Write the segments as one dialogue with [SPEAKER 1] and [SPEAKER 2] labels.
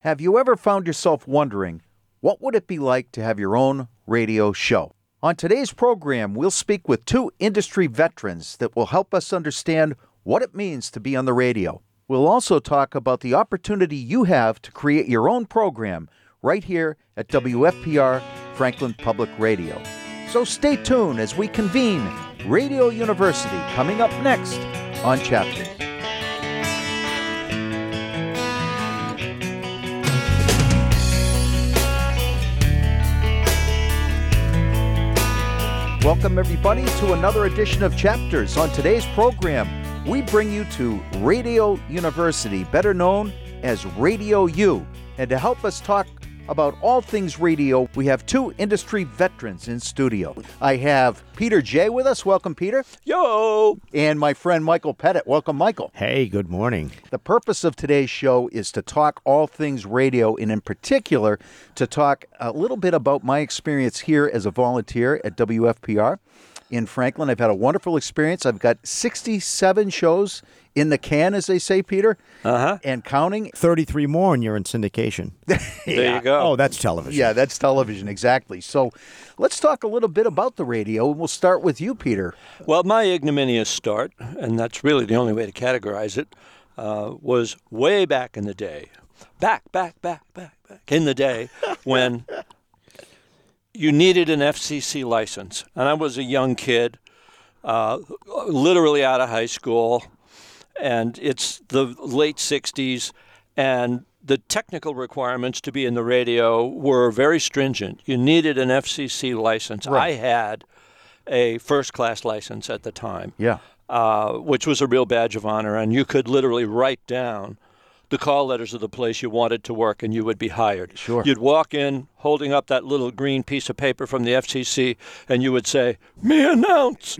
[SPEAKER 1] Have you ever found yourself wondering, what would it be like to have your own radio show? On today's program, we'll speak with two industry veterans that will help us understand what it means to be on the radio. We'll also talk about the opportunity you have to create your own program right here at WFPR Franklin Public Radio. So stay tuned as we convene Radio University coming up next on Chapter. Welcome, everybody, to another edition of Chapters. On today's program, we bring you to Radio University, better known as Radio U. And to help us talk about all things radio, we have two industry veterans in studio. I have Peter Jay with us. Welcome, Peter.
[SPEAKER 2] Yo!
[SPEAKER 1] And my friend Michael Pettit. Welcome, Michael.
[SPEAKER 3] Hey, good morning.
[SPEAKER 1] The purpose of today's show is to talk all things radio, and in particular, to talk a little bit about my experience here as a volunteer at WFPR in Franklin. I've had a wonderful experience. I've got 67 shows in the can, as they say, Peter, uh-huh. and counting.
[SPEAKER 3] 33 more and you're in syndication.
[SPEAKER 2] There you go.
[SPEAKER 3] Oh, that's television.
[SPEAKER 1] Yeah, that's television, exactly. So let's talk a little bit about the radio, and we'll start with you, Peter.
[SPEAKER 2] Well, my ignominious start, and that's really the only way to categorize it, uh, was way back in the day. Back, back, back, back, back in the day when you needed an FCC license. And I was a young kid, uh, literally out of high school, and it's the late 60s, and the technical requirements to be in the radio were very stringent. You needed an FCC license. I had a first class license at the time,
[SPEAKER 1] Yeah.
[SPEAKER 2] uh, which was a real badge of honor, and you could literally write down the call letters of the place you wanted to work and you would be hired.
[SPEAKER 1] Sure.
[SPEAKER 2] You'd walk in holding up that little green piece of paper from the FCC and you would say, "Me announce."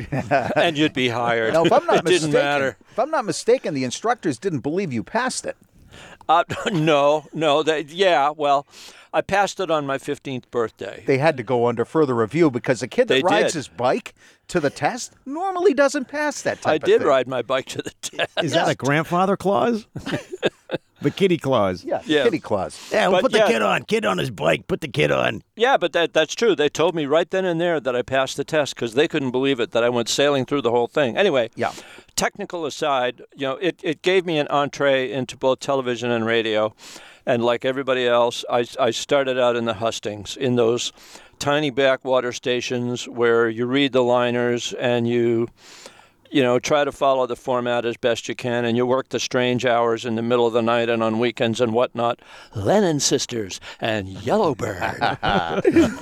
[SPEAKER 2] and you'd be hired.
[SPEAKER 1] Now, if I'm not
[SPEAKER 2] it
[SPEAKER 1] mistaken,
[SPEAKER 2] didn't matter.
[SPEAKER 1] if I'm not mistaken, the instructors didn't believe you passed it.
[SPEAKER 2] Uh, no, no, they, yeah, well, I passed it on my 15th birthday.
[SPEAKER 1] They had to go under further review because a kid that
[SPEAKER 2] They
[SPEAKER 1] rides
[SPEAKER 2] did.
[SPEAKER 1] his bike to the test normally doesn't pass that type
[SPEAKER 2] I
[SPEAKER 1] of
[SPEAKER 2] did
[SPEAKER 1] thing.
[SPEAKER 2] ride my bike to the test.
[SPEAKER 3] Is that a grandfather clause? the kitty clause.
[SPEAKER 1] Yeah,
[SPEAKER 2] Yeah.
[SPEAKER 1] kitty claws.
[SPEAKER 3] Yeah,
[SPEAKER 2] But
[SPEAKER 3] put
[SPEAKER 2] yeah.
[SPEAKER 3] the kid on. Kid on his bike. Put the kid on.
[SPEAKER 2] Yeah, but that that's true. They told me right then and there that I passed the test because they couldn't believe it that I went sailing through the whole thing. Anyway,
[SPEAKER 1] Yeah.
[SPEAKER 2] Technical aside, you know, it, it gave me an entree into both television and radio, and like everybody else, I I started out in the hustings in those tiny backwater stations where you read the liners and you. You know, try to follow the format as best you can, and you work the strange hours in the middle of the night and on weekends and whatnot. Lennon Sisters and Yellowbird.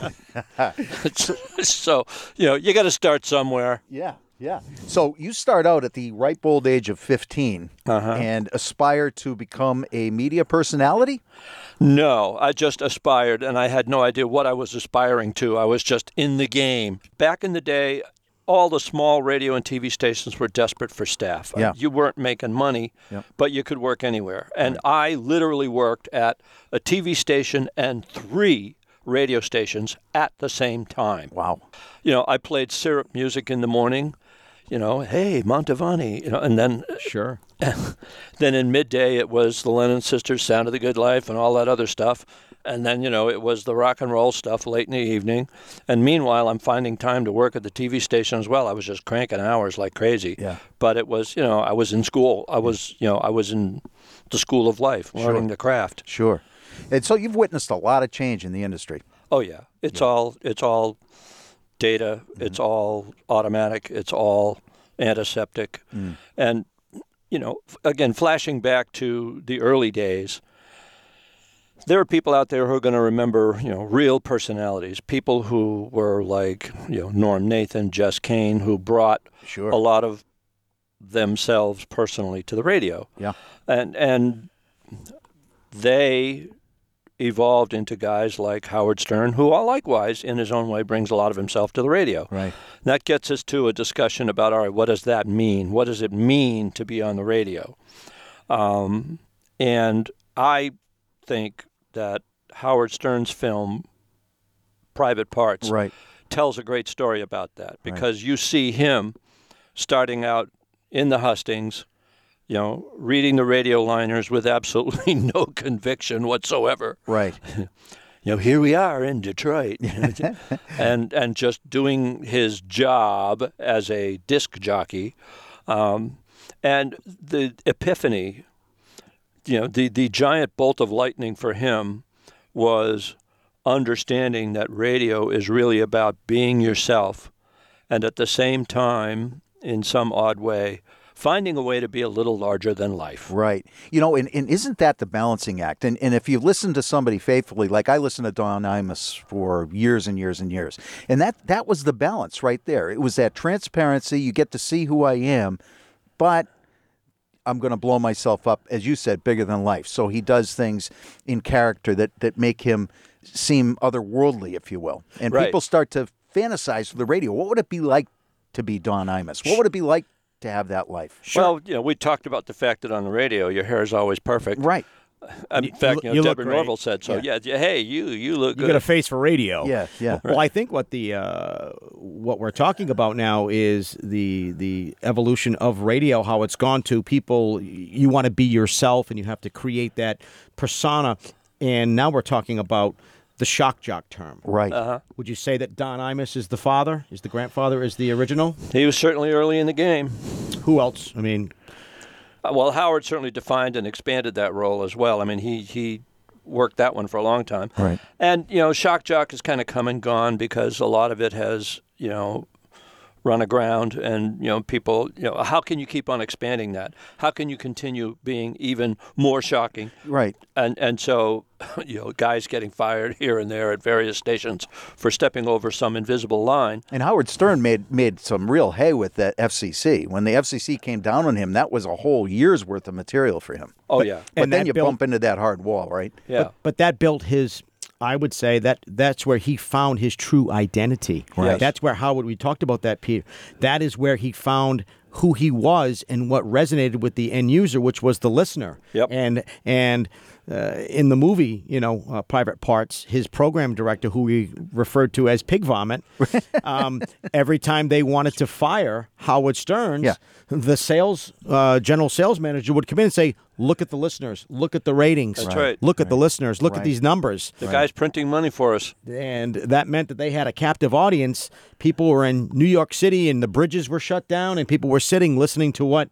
[SPEAKER 2] so you know you got to start somewhere.
[SPEAKER 1] Yeah, yeah. So you start out at the ripe old age of 15
[SPEAKER 2] Uh-huh.
[SPEAKER 1] and aspire to become a media personality?
[SPEAKER 2] No, I just aspired, and I had no idea what I was aspiring to. I was just in the game. Back in the day, all the small radio and TV stations were desperate for staff. Uh,
[SPEAKER 1] Yeah.
[SPEAKER 2] You weren't making money, but you could work anywhere. And I literally worked at a TV station and three radio stations at the same time.
[SPEAKER 1] Wow.
[SPEAKER 2] You know, I played syrup music in the morning. You know, hey Montavani, you know, and then
[SPEAKER 3] Sure.
[SPEAKER 2] then in midday it was the Lennon Sisters, Sound of the Good Life, and all that other stuff. And then you know it was the rock and roll stuff late in the evening. And meanwhile, I'm finding time to work at the TV station as well. I was just cranking hours like crazy.
[SPEAKER 1] Yeah.
[SPEAKER 2] But it was you know I was in school. I was you know I was in the school of life, learning the craft.
[SPEAKER 1] Sure. And so you've witnessed a lot of change in the industry.
[SPEAKER 2] Oh yeah, it's all it's all data. It's all automatic. It's all antiseptic, and you know, f- again, flashing back to the early days, there are people out there who are going to remember you know real personalities, people who were like you know Norm Nathan, Jess Kane, who brought
[SPEAKER 1] Sure.
[SPEAKER 2] a lot of themselves personally to the radio
[SPEAKER 1] Yeah.
[SPEAKER 2] and and they evolved into guys like Howard Stern, who all likewise, in his own way, brings a lot of himself to the radio.
[SPEAKER 1] Right.
[SPEAKER 2] That gets us to a discussion about all right, what does that mean? What does it mean to be on the radio? Um, and I think that Howard Stern's film, Private Parts,
[SPEAKER 1] Right.
[SPEAKER 2] tells a great story about that because you see him starting out in the hustings, you know, reading the radio liners with absolutely no conviction whatsoever.
[SPEAKER 1] Right.
[SPEAKER 2] You know, here we are in Detroit, and and just doing his job as a disc jockey, um, and the epiphany, you know, the the giant bolt of lightning for him was understanding that radio is really about being yourself, and at the same time, in some odd way, finding a way to be a little larger than life.
[SPEAKER 1] Right. You know, and, and isn't that the balancing act? And and if you listen to somebody faithfully, like I listened to Don Imus for years and years and years, and that that was the balance right there. It was that transparency. You get to see who I am, but I'm going to blow myself up, as you said, bigger than life. So he does things in character that that make him seem otherworldly, if you will. And
[SPEAKER 2] Right.
[SPEAKER 1] people start to fantasize for the radio. What would it be like to be Don Imus? What would it be like to have that life?
[SPEAKER 2] Well, you know, we talked about the fact that on the radio, your hair is always perfect.
[SPEAKER 1] Right.
[SPEAKER 2] Um, In fact, you know,
[SPEAKER 3] you look
[SPEAKER 2] Deborah
[SPEAKER 3] great.
[SPEAKER 2] Norville said so. Yeah. yeah, Hey, you, you look
[SPEAKER 3] You
[SPEAKER 2] good.
[SPEAKER 3] got a face for radio.
[SPEAKER 1] Yeah, yeah.
[SPEAKER 3] Well, I think what the uh, what we're talking about now is the the evolution of radio, how it's gone to people. You want to be yourself, and you have to create that persona. And now we're talking about the shock jock term.
[SPEAKER 1] Right.
[SPEAKER 3] Would you say that Don Imus is the father? Is the grandfather? Is the original?
[SPEAKER 2] He was certainly early in the game.
[SPEAKER 3] Who else? I mean,
[SPEAKER 2] Uh, Well, Howard certainly defined and expanded that role as well. I mean, he he worked that one for a long time.
[SPEAKER 1] Right.
[SPEAKER 2] And you know, shock jock has kind of come and gone because a lot of it has you know run aground, and you know, people. You know, how can you keep on expanding that? How can you continue being even more shocking?
[SPEAKER 1] Right.
[SPEAKER 2] And and so, you know, guys getting fired here and there at various stations for stepping over some invisible line.
[SPEAKER 1] And Howard Stern made made some real hay with that FCC. When the FCC came down on him, that was a whole year's worth of material for him.
[SPEAKER 2] Oh yeah,
[SPEAKER 1] But
[SPEAKER 3] And
[SPEAKER 1] then
[SPEAKER 3] that
[SPEAKER 1] you
[SPEAKER 3] built-
[SPEAKER 1] bump into that hard wall, right?
[SPEAKER 2] yeah.
[SPEAKER 3] but that built his i would say that that's where he found his true identity
[SPEAKER 2] Right. Yes.
[SPEAKER 3] that's where howard we talked about that peter that is where he found who he was and what resonated with the end user which was the listener
[SPEAKER 2] Yep.
[SPEAKER 3] and and uh, in the movie you know uh, private parts his program director who we referred to as pig vomit um, every time they wanted to fire howard stearns
[SPEAKER 1] Yeah.
[SPEAKER 3] the sales uh, general sales manager would come in and say look at the listeners look at the ratings
[SPEAKER 2] That's Right. right.
[SPEAKER 3] Look at the listeners. Look at these numbers.
[SPEAKER 2] the guy's printing money for us.
[SPEAKER 3] And that meant that they had a captive audience. People were in New York City and the bridges were shut down and people were sitting listening to what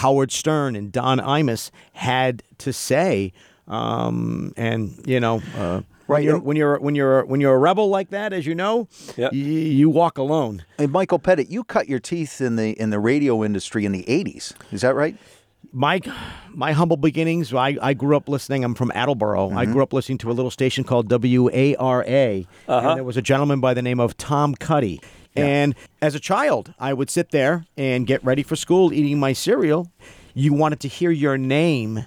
[SPEAKER 3] Howard Stern and Don Imus had to say. Um, and you know, uh,
[SPEAKER 1] Right,
[SPEAKER 3] When you're,
[SPEAKER 1] and-
[SPEAKER 3] when you're when you're when you're a rebel like that, as you know,
[SPEAKER 2] Yeah.
[SPEAKER 3] y- you walk alone.
[SPEAKER 1] And Michael Pettit, you cut your teeth in the in the radio industry in the '80s. Is that right?
[SPEAKER 3] my my humble beginnings. I, I grew up listening. I'm from Attleboro.
[SPEAKER 1] Mm-hmm.
[SPEAKER 3] I grew up listening to a little station called WARA,
[SPEAKER 1] Uh-huh.
[SPEAKER 3] and there was a gentleman by the name of Tom Cuddy. And as a child, I would sit there and get ready for school, eating my cereal. You wanted to hear your name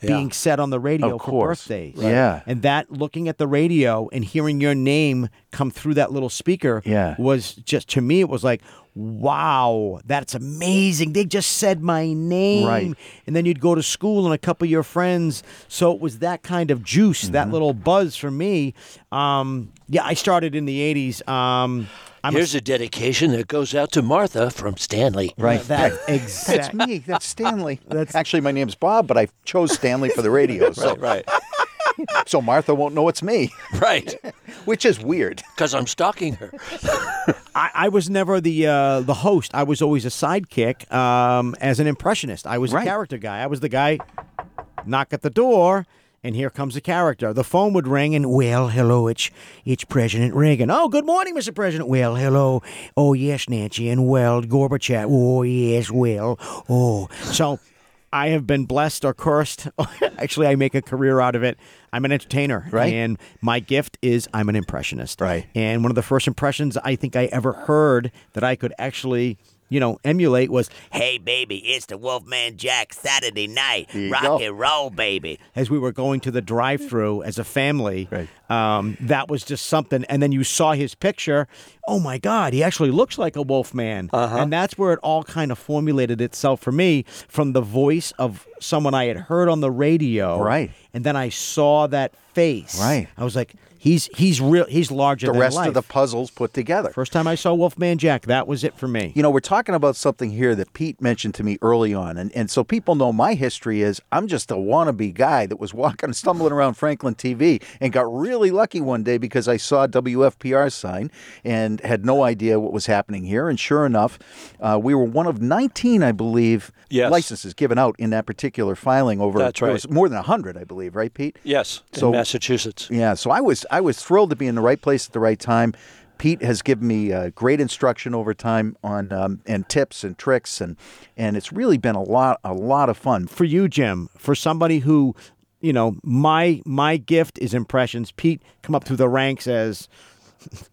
[SPEAKER 3] being said on the radio
[SPEAKER 1] Of
[SPEAKER 3] for
[SPEAKER 1] course.
[SPEAKER 3] birthdays.
[SPEAKER 1] Right. Yeah.
[SPEAKER 3] And that looking at the radio and hearing your name come through that little speaker
[SPEAKER 1] Yeah.
[SPEAKER 3] was just to me it was like wow that's amazing they just said my name
[SPEAKER 1] Right.
[SPEAKER 3] and then you'd go to school and a couple of your friends so it was that kind of juice that
[SPEAKER 1] Mm-hmm.
[SPEAKER 3] little buzz for me um, yeah i started in the 80s um, i'm
[SPEAKER 2] Here's a dedication that goes out to Martha from Stanley.
[SPEAKER 3] a, that exact
[SPEAKER 1] That's me. That's Stanley. actually my name's Bob, but I chose Stanley for the radio, so
[SPEAKER 2] Right,
[SPEAKER 1] so Martha won't know it's me,
[SPEAKER 2] right.
[SPEAKER 1] which is weird.
[SPEAKER 2] Because I'm stalking her.
[SPEAKER 3] I, I was never the uh, the host. I was always a sidekick um, as an impressionist. I was
[SPEAKER 1] Right.
[SPEAKER 3] a character guy. I was the guy knock at the door, and here comes a character. The phone would ring, and well, hello, it's it's President Reagan. Oh, good morning, Mr. President. Well, hello. Oh yes, Nancy, and well, Gorbachev. Oh yes, well. Oh, so. I have been blessed or cursed. Actually, I make a career out of it. I'm an entertainer,
[SPEAKER 1] Right.
[SPEAKER 3] And my gift is I'm an impressionist,
[SPEAKER 1] Right.
[SPEAKER 3] and one of the first impressions I think I ever heard that I could actually, you know, emulate was, "Hey baby, it's the Wolfman Jack Saturday night,
[SPEAKER 1] you
[SPEAKER 3] rock
[SPEAKER 1] go.
[SPEAKER 3] and roll, baby." As we were going to the drive-through as a family,
[SPEAKER 1] Right.
[SPEAKER 3] Um, that was just something. And then you saw his picture. Oh my God, he actually looks like a wolf man.
[SPEAKER 1] Uh-huh.
[SPEAKER 3] And that's where it all kind of formulated itself for me from the voice of someone I had heard on the radio.
[SPEAKER 1] Right.
[SPEAKER 3] And then I saw that face.
[SPEAKER 1] Right.
[SPEAKER 3] I was like, he's he's real. He's larger
[SPEAKER 1] The
[SPEAKER 3] than
[SPEAKER 1] rest of
[SPEAKER 3] life.
[SPEAKER 1] the puzzles put together.
[SPEAKER 3] First time I saw Wolfman Jack, that was it for me.
[SPEAKER 1] You know, we're talking about something here that Pete mentioned to me early on. And, and so people know my history is I'm just a wannabe guy that was walking, stumbling around Franklin TV and got really lucky one day because I saw WFPR sign and had no idea what was happening here. And sure enough, uh, we were one of 19, I believe,
[SPEAKER 2] Yes.
[SPEAKER 1] licenses given out in that particular filing over
[SPEAKER 2] That's
[SPEAKER 1] there
[SPEAKER 2] right.
[SPEAKER 1] was more than 100, I believe, right, Pete?
[SPEAKER 2] Yes,
[SPEAKER 1] So-
[SPEAKER 2] in Massachusetts.
[SPEAKER 1] Yeah, so I was I was thrilled to be in the right place at the right time. Pete has given me uh, great instruction over time on um, and tips and tricks and and it's really been a lot a lot of fun.
[SPEAKER 3] For you, Jim, for somebody who, you know, my my gift is impressions. Pete come up through the ranks as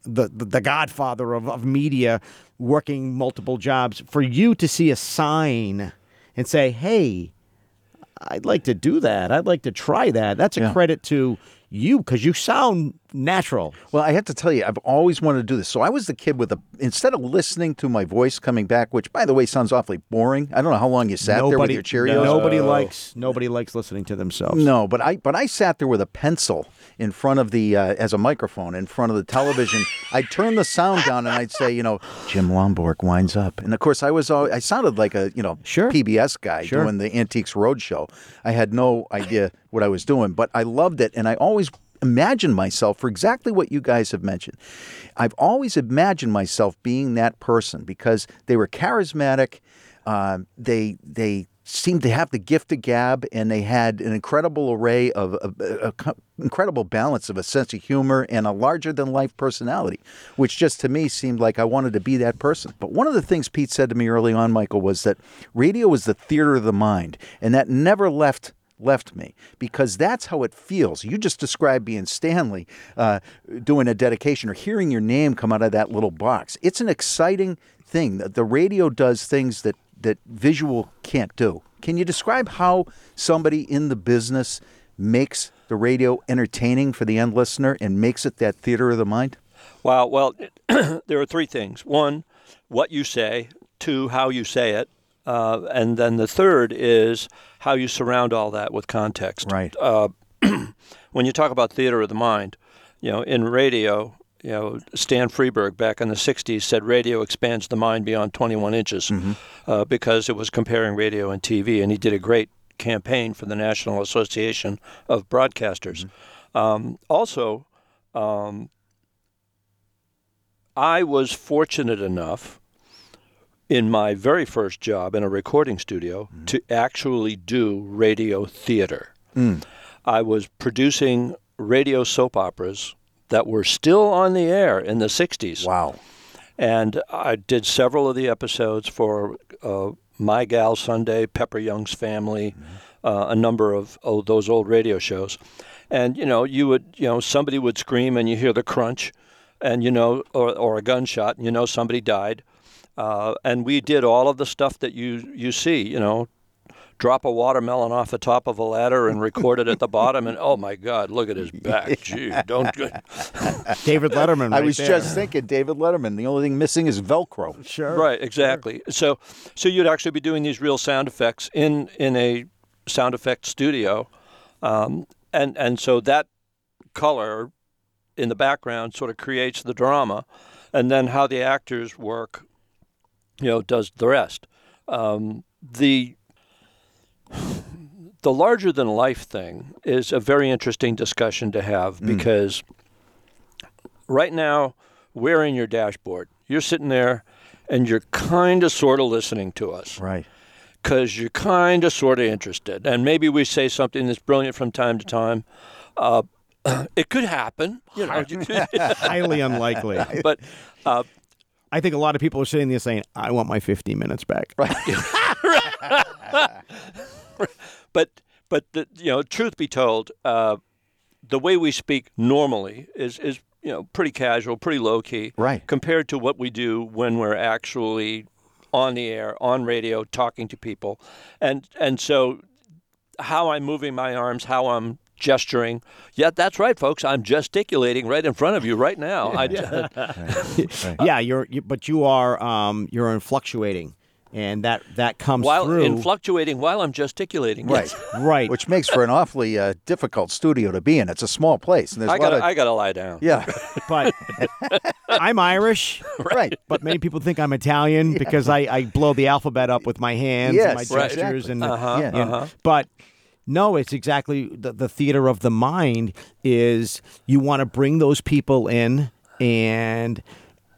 [SPEAKER 3] the the, the godfather of, of media, working multiple jobs. For you to see a sign and say, Hey, I'd like to do that. I'd like to try that. That's a credit to you because you sound natural.
[SPEAKER 1] Well, I have to tell you, I've always wanted to do this. So I was the kid with a instead of listening to my voice coming back, which by the way sounds awfully boring. I don't know how long you sat there with your Cheerios.
[SPEAKER 3] nobody likes nobody likes listening to themselves.
[SPEAKER 1] No, but I but I sat there with a pencil in front of the uh, as a microphone in front of the television. I'd turn the sound down and I'd say, you know, Jim Lomborg winds up, and of course I was all, I sounded like a you know
[SPEAKER 3] Sure.
[SPEAKER 1] PBS guy
[SPEAKER 3] Sure.
[SPEAKER 1] doing the Antiques Roadshow. I had no idea what I was doing, but I loved it, and I always imagined myself for exactly what you guys have mentioned. I've always imagined myself being that person because they were charismatic. Um, they they seemed to have the gift of gab, and they had an incredible array of of- uh, a co- incredible balance of a sense of humor and a larger than life personality, which just to me seemed like I wanted to be that person. But one of the things Pete said to me early on, Michael, was that radio was the theater of the mind, and that never left left me because that's how it feels. You just described being Stanley uh, doing a dedication or hearing your name come out of that little box. It's an exciting thing. The- The radio does things that, that visual can't do. Can you describe how somebody in the business makes the radio entertaining for the end listener and makes it that theater of the mind?
[SPEAKER 2] Wow. Well, there are three things. One, what you say. Two, how you say it. Uh, and then the third is how you surround all that with context. Uh,
[SPEAKER 1] Right.
[SPEAKER 2] when you talk about theater of the mind, you know, in radio, you know, Stan Freberg back in the 60s said radio expands the mind beyond 21 inches uh, because it was comparing radio and TV, and he did a great campaign for the National Association of Broadcasters. Um, also, um, I was fortunate enough in my very first job in a recording studio to actually do radio theater. I was producing radio soap operas that were still on the air in the 60s.
[SPEAKER 1] wow.
[SPEAKER 2] And I did several of the episodes for uh, My Gal Sunday, Pepper Young's Family, uh, a number of oh, those old radio shows. And, you know, you would, you know, somebody would scream and you hear the crunch and, you know, or, or a gunshot and you know somebody died. Uh, and we did all of the stuff that you, you see, you know, drop a watermelon off the top of a ladder and record it at the bottom. And, oh, my God, look at his back. Gee, don't.
[SPEAKER 3] David Letterman.
[SPEAKER 1] I
[SPEAKER 3] right
[SPEAKER 1] was
[SPEAKER 3] there.
[SPEAKER 1] just thinking David Letterman. The only thing missing is Velcro.
[SPEAKER 3] sure.
[SPEAKER 2] Right, exactly. So, so you'd actually be doing these real sound effects in in a sound effect studio, um, and and so that color in the background sort of creates the drama, and then how the actors work, you know, does the rest. Um, the the larger than life thing is a very interesting discussion to have because right now we're in your dashboard. You're sitting there and you're kind of sort of listening to us
[SPEAKER 1] Right.
[SPEAKER 2] because you're kind of sort of interested. And maybe we say something that's brilliant from time to time. Uh, it could happen, you know,
[SPEAKER 3] Highly unlikely.
[SPEAKER 2] but uh,
[SPEAKER 3] I think a lot of people are sitting there saying, "I want my 15 minutes back." Right.
[SPEAKER 2] but but the, you know, truth be told, uh, the way we speak normally is is you know pretty casual, pretty low key,
[SPEAKER 1] Right.
[SPEAKER 2] Compared to what we do when we're actually on the air, on radio, talking to people, and and so how I'm moving my arms, how I'm gesturing. Yeah, that's right, folks. I'm gesticulating right in front of you right now. I,
[SPEAKER 3] yeah, you're. You, but you are. Um, you're in fluctuating, and that that comes
[SPEAKER 2] while
[SPEAKER 3] through.
[SPEAKER 2] in fluctuating, while I'm gesticulating.
[SPEAKER 1] Right.
[SPEAKER 3] right.
[SPEAKER 1] Which makes for an awfully uh, difficult studio to be in. It's a small place, and there's
[SPEAKER 2] I
[SPEAKER 1] a lot
[SPEAKER 2] gotta,
[SPEAKER 1] of
[SPEAKER 2] I gotta lie down.
[SPEAKER 1] yeah,
[SPEAKER 3] but I'm Irish,
[SPEAKER 1] right.
[SPEAKER 3] but many people think I'm Italian because I, I blow the alphabet up with my hands and
[SPEAKER 1] Yes,
[SPEAKER 3] my
[SPEAKER 1] right,
[SPEAKER 3] gestures
[SPEAKER 1] exactly.
[SPEAKER 3] and,
[SPEAKER 1] Uh-huh,
[SPEAKER 3] and-
[SPEAKER 1] uh-huh.
[SPEAKER 3] but no, it's exactly the, the theater of the mind is you want to bring those people in and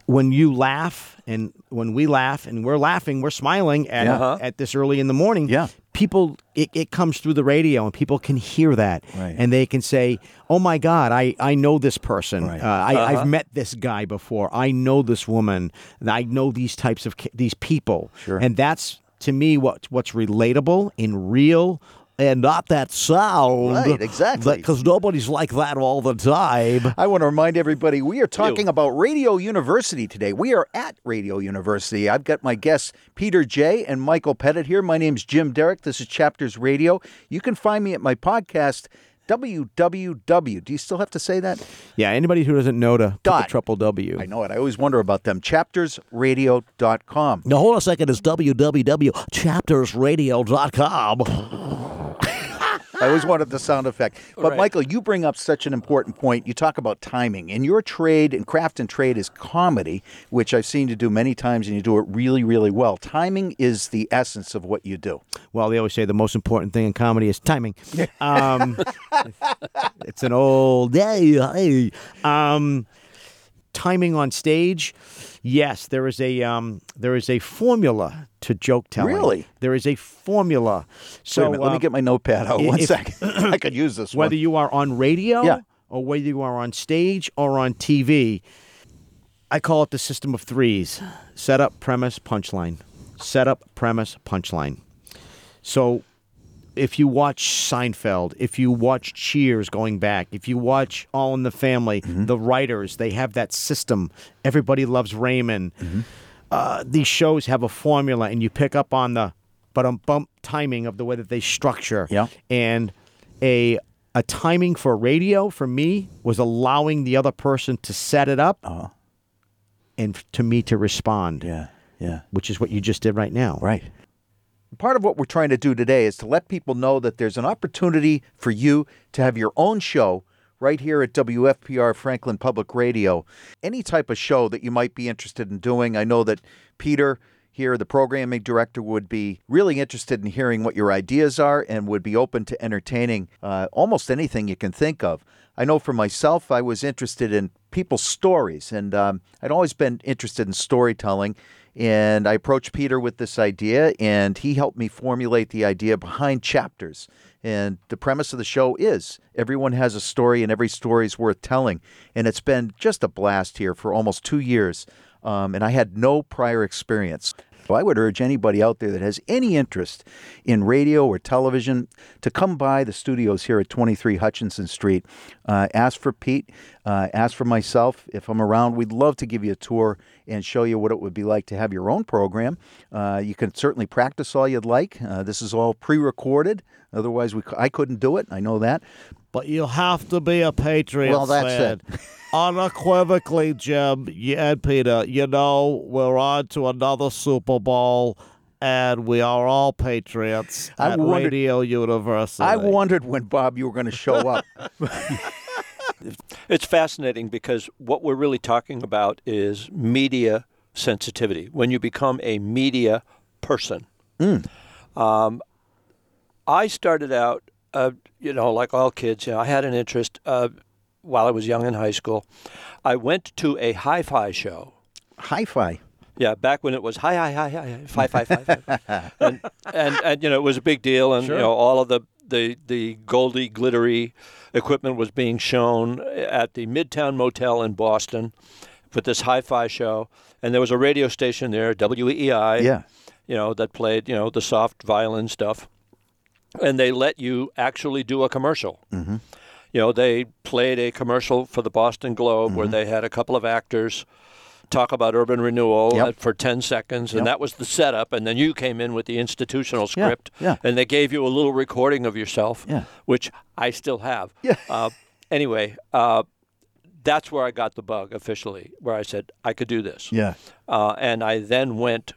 [SPEAKER 3] when you laugh and when we laugh and we're laughing, we're smiling at,
[SPEAKER 1] Yeah. Uh-huh.
[SPEAKER 3] at this early in the morning.
[SPEAKER 1] Yeah.
[SPEAKER 3] People, it, it comes through the radio and people can hear that
[SPEAKER 1] Right.
[SPEAKER 3] and they can say, "Oh my God, I, I know this person.
[SPEAKER 1] Right.
[SPEAKER 3] Uh, I, I've met this guy before. I know this woman. And I know these types of ca- these people."
[SPEAKER 1] Sure.
[SPEAKER 3] And that's to me what what's relatable and real. And not that sound,
[SPEAKER 1] Right, exactly.
[SPEAKER 3] Because nobody's like that all the time.
[SPEAKER 1] I want to remind everybody we are talking about Radio University today. We are at Radio University. I've got my guests Peter Jay and Michael Pettit here. My name's Jim Derrick. This is Chapters Radio. You can find me at my podcast www. Do you still have to say that?
[SPEAKER 3] Yeah, anybody who doesn't know to put
[SPEAKER 1] Dot.
[SPEAKER 3] the triple W.
[SPEAKER 1] I know it. I always wonder about them. Chaptersradio.com.
[SPEAKER 3] Now hold on a second. It's www.chaptersradio.com.
[SPEAKER 1] I
[SPEAKER 3] Ah.
[SPEAKER 1] always wanted the sound effect. But
[SPEAKER 2] Right.
[SPEAKER 1] Michael, you bring up such an important point. You talk about timing. And your trade and craft and trade is comedy, which I've seen you do many times and you do it really, really well. Timing is the essence of what you do.
[SPEAKER 3] Well, they always say the most important thing in comedy is timing. Um, it's an old day. hey. Um, timing on stage. Yes, there is a um, there is a formula to joke telling.
[SPEAKER 1] Really?
[SPEAKER 3] there is a formula. So
[SPEAKER 1] Wait a minute, let me
[SPEAKER 3] um,
[SPEAKER 1] get my notepad out.
[SPEAKER 3] i-
[SPEAKER 1] One
[SPEAKER 3] if-
[SPEAKER 1] second. I could use this
[SPEAKER 3] whether
[SPEAKER 1] one.
[SPEAKER 3] you are on radio
[SPEAKER 1] Yeah.
[SPEAKER 3] or whether you are on stage or on TV, I call it the system of threes setup, premise, punchline. Setup, premise, punchline. So if you watch Seinfeld, if you watch Cheers going back, if you watch All in the Family,
[SPEAKER 1] Mm-hmm.
[SPEAKER 3] the writers, they have that system. Everybody loves Raymond.
[SPEAKER 1] Mm-hmm.
[SPEAKER 3] Uh, these shows have a formula, and you pick up on the but um bump timing of the way that they structure.
[SPEAKER 1] Yeah.
[SPEAKER 3] And a a timing for radio for me was allowing the other person to set it up and f- to me to respond,
[SPEAKER 1] Uh-huh. yeah, yeah.
[SPEAKER 3] which is what you just did right now.
[SPEAKER 1] Right. Part of what we're trying to do today is to let people know that there's an opportunity for you to have your own show right here at WFPR Franklin Public Radio. Any type of show that you might be interested in doing. I know that Peter here, the programming director, would be really interested in hearing what your ideas are and would be open to entertaining uh, almost anything you can think of. I know for myself, I was interested in people's stories, and um, I'd always been interested in storytelling. And I approached Peter with this idea, and he helped me formulate the idea behind chapters. And the premise of the show is everyone has a story, and every story is worth telling. And it's been just a blast here for almost two years, um, and I had no prior experience. So I would urge anybody out there that has any interest in radio or television to come by the studios here at 23 Hutchinson Street. Uh, ask for Pete, uh, ask for myself. If I'm around, we'd love to give you a tour and show you what it would be like to have your own program. Uh, you can certainly practice all you'd like. Uh, this is all pre recorded. Otherwise, we, c- I couldn't do it. I know that.
[SPEAKER 3] But you'll have to be a patriot.
[SPEAKER 1] Well, that's
[SPEAKER 3] fan. Unequivocally, Jim you and Peter, you know, we're on to another Super Bowl, and we are all patriots
[SPEAKER 1] I
[SPEAKER 3] at
[SPEAKER 1] wondered-
[SPEAKER 3] Radio University.
[SPEAKER 1] I wondered when, Bob, you were going to show up.
[SPEAKER 2] It's fascinating because what we're really talking about is media sensitivity. When you become a media person, um, I started out, uh, you know, like all kids, you know, I had an interest uh, while I was young in high school. I went to a hi fi show.
[SPEAKER 1] Hi fi.
[SPEAKER 2] Yeah, back when it was hi hi hi hi hi five five five, five. and, and and you know it was a big deal, and you know all of the the the goldy glittery equipment was being shown at the Midtown Motel in Boston with this hi-fi show, and there was a radio station there, E WEI,
[SPEAKER 1] Yeah.
[SPEAKER 2] you know that played you know the soft violin stuff, and they let you actually do a commercial. Mm-hmm.
[SPEAKER 1] Mm-hmm.
[SPEAKER 2] You know they played a commercial for the Boston Globe where they had a couple of actors talk about urban renewal
[SPEAKER 1] Yep.
[SPEAKER 2] for 10 seconds, and that was the setup. And then you came in with the institutional script,
[SPEAKER 1] yeah.
[SPEAKER 2] and they gave you a little recording of yourself,
[SPEAKER 1] Yeah.
[SPEAKER 2] which I still have. Uh, anyway, uh, that's where I got the bug officially, where I said, I could do this.
[SPEAKER 1] Yeah.
[SPEAKER 2] Uh, and I then went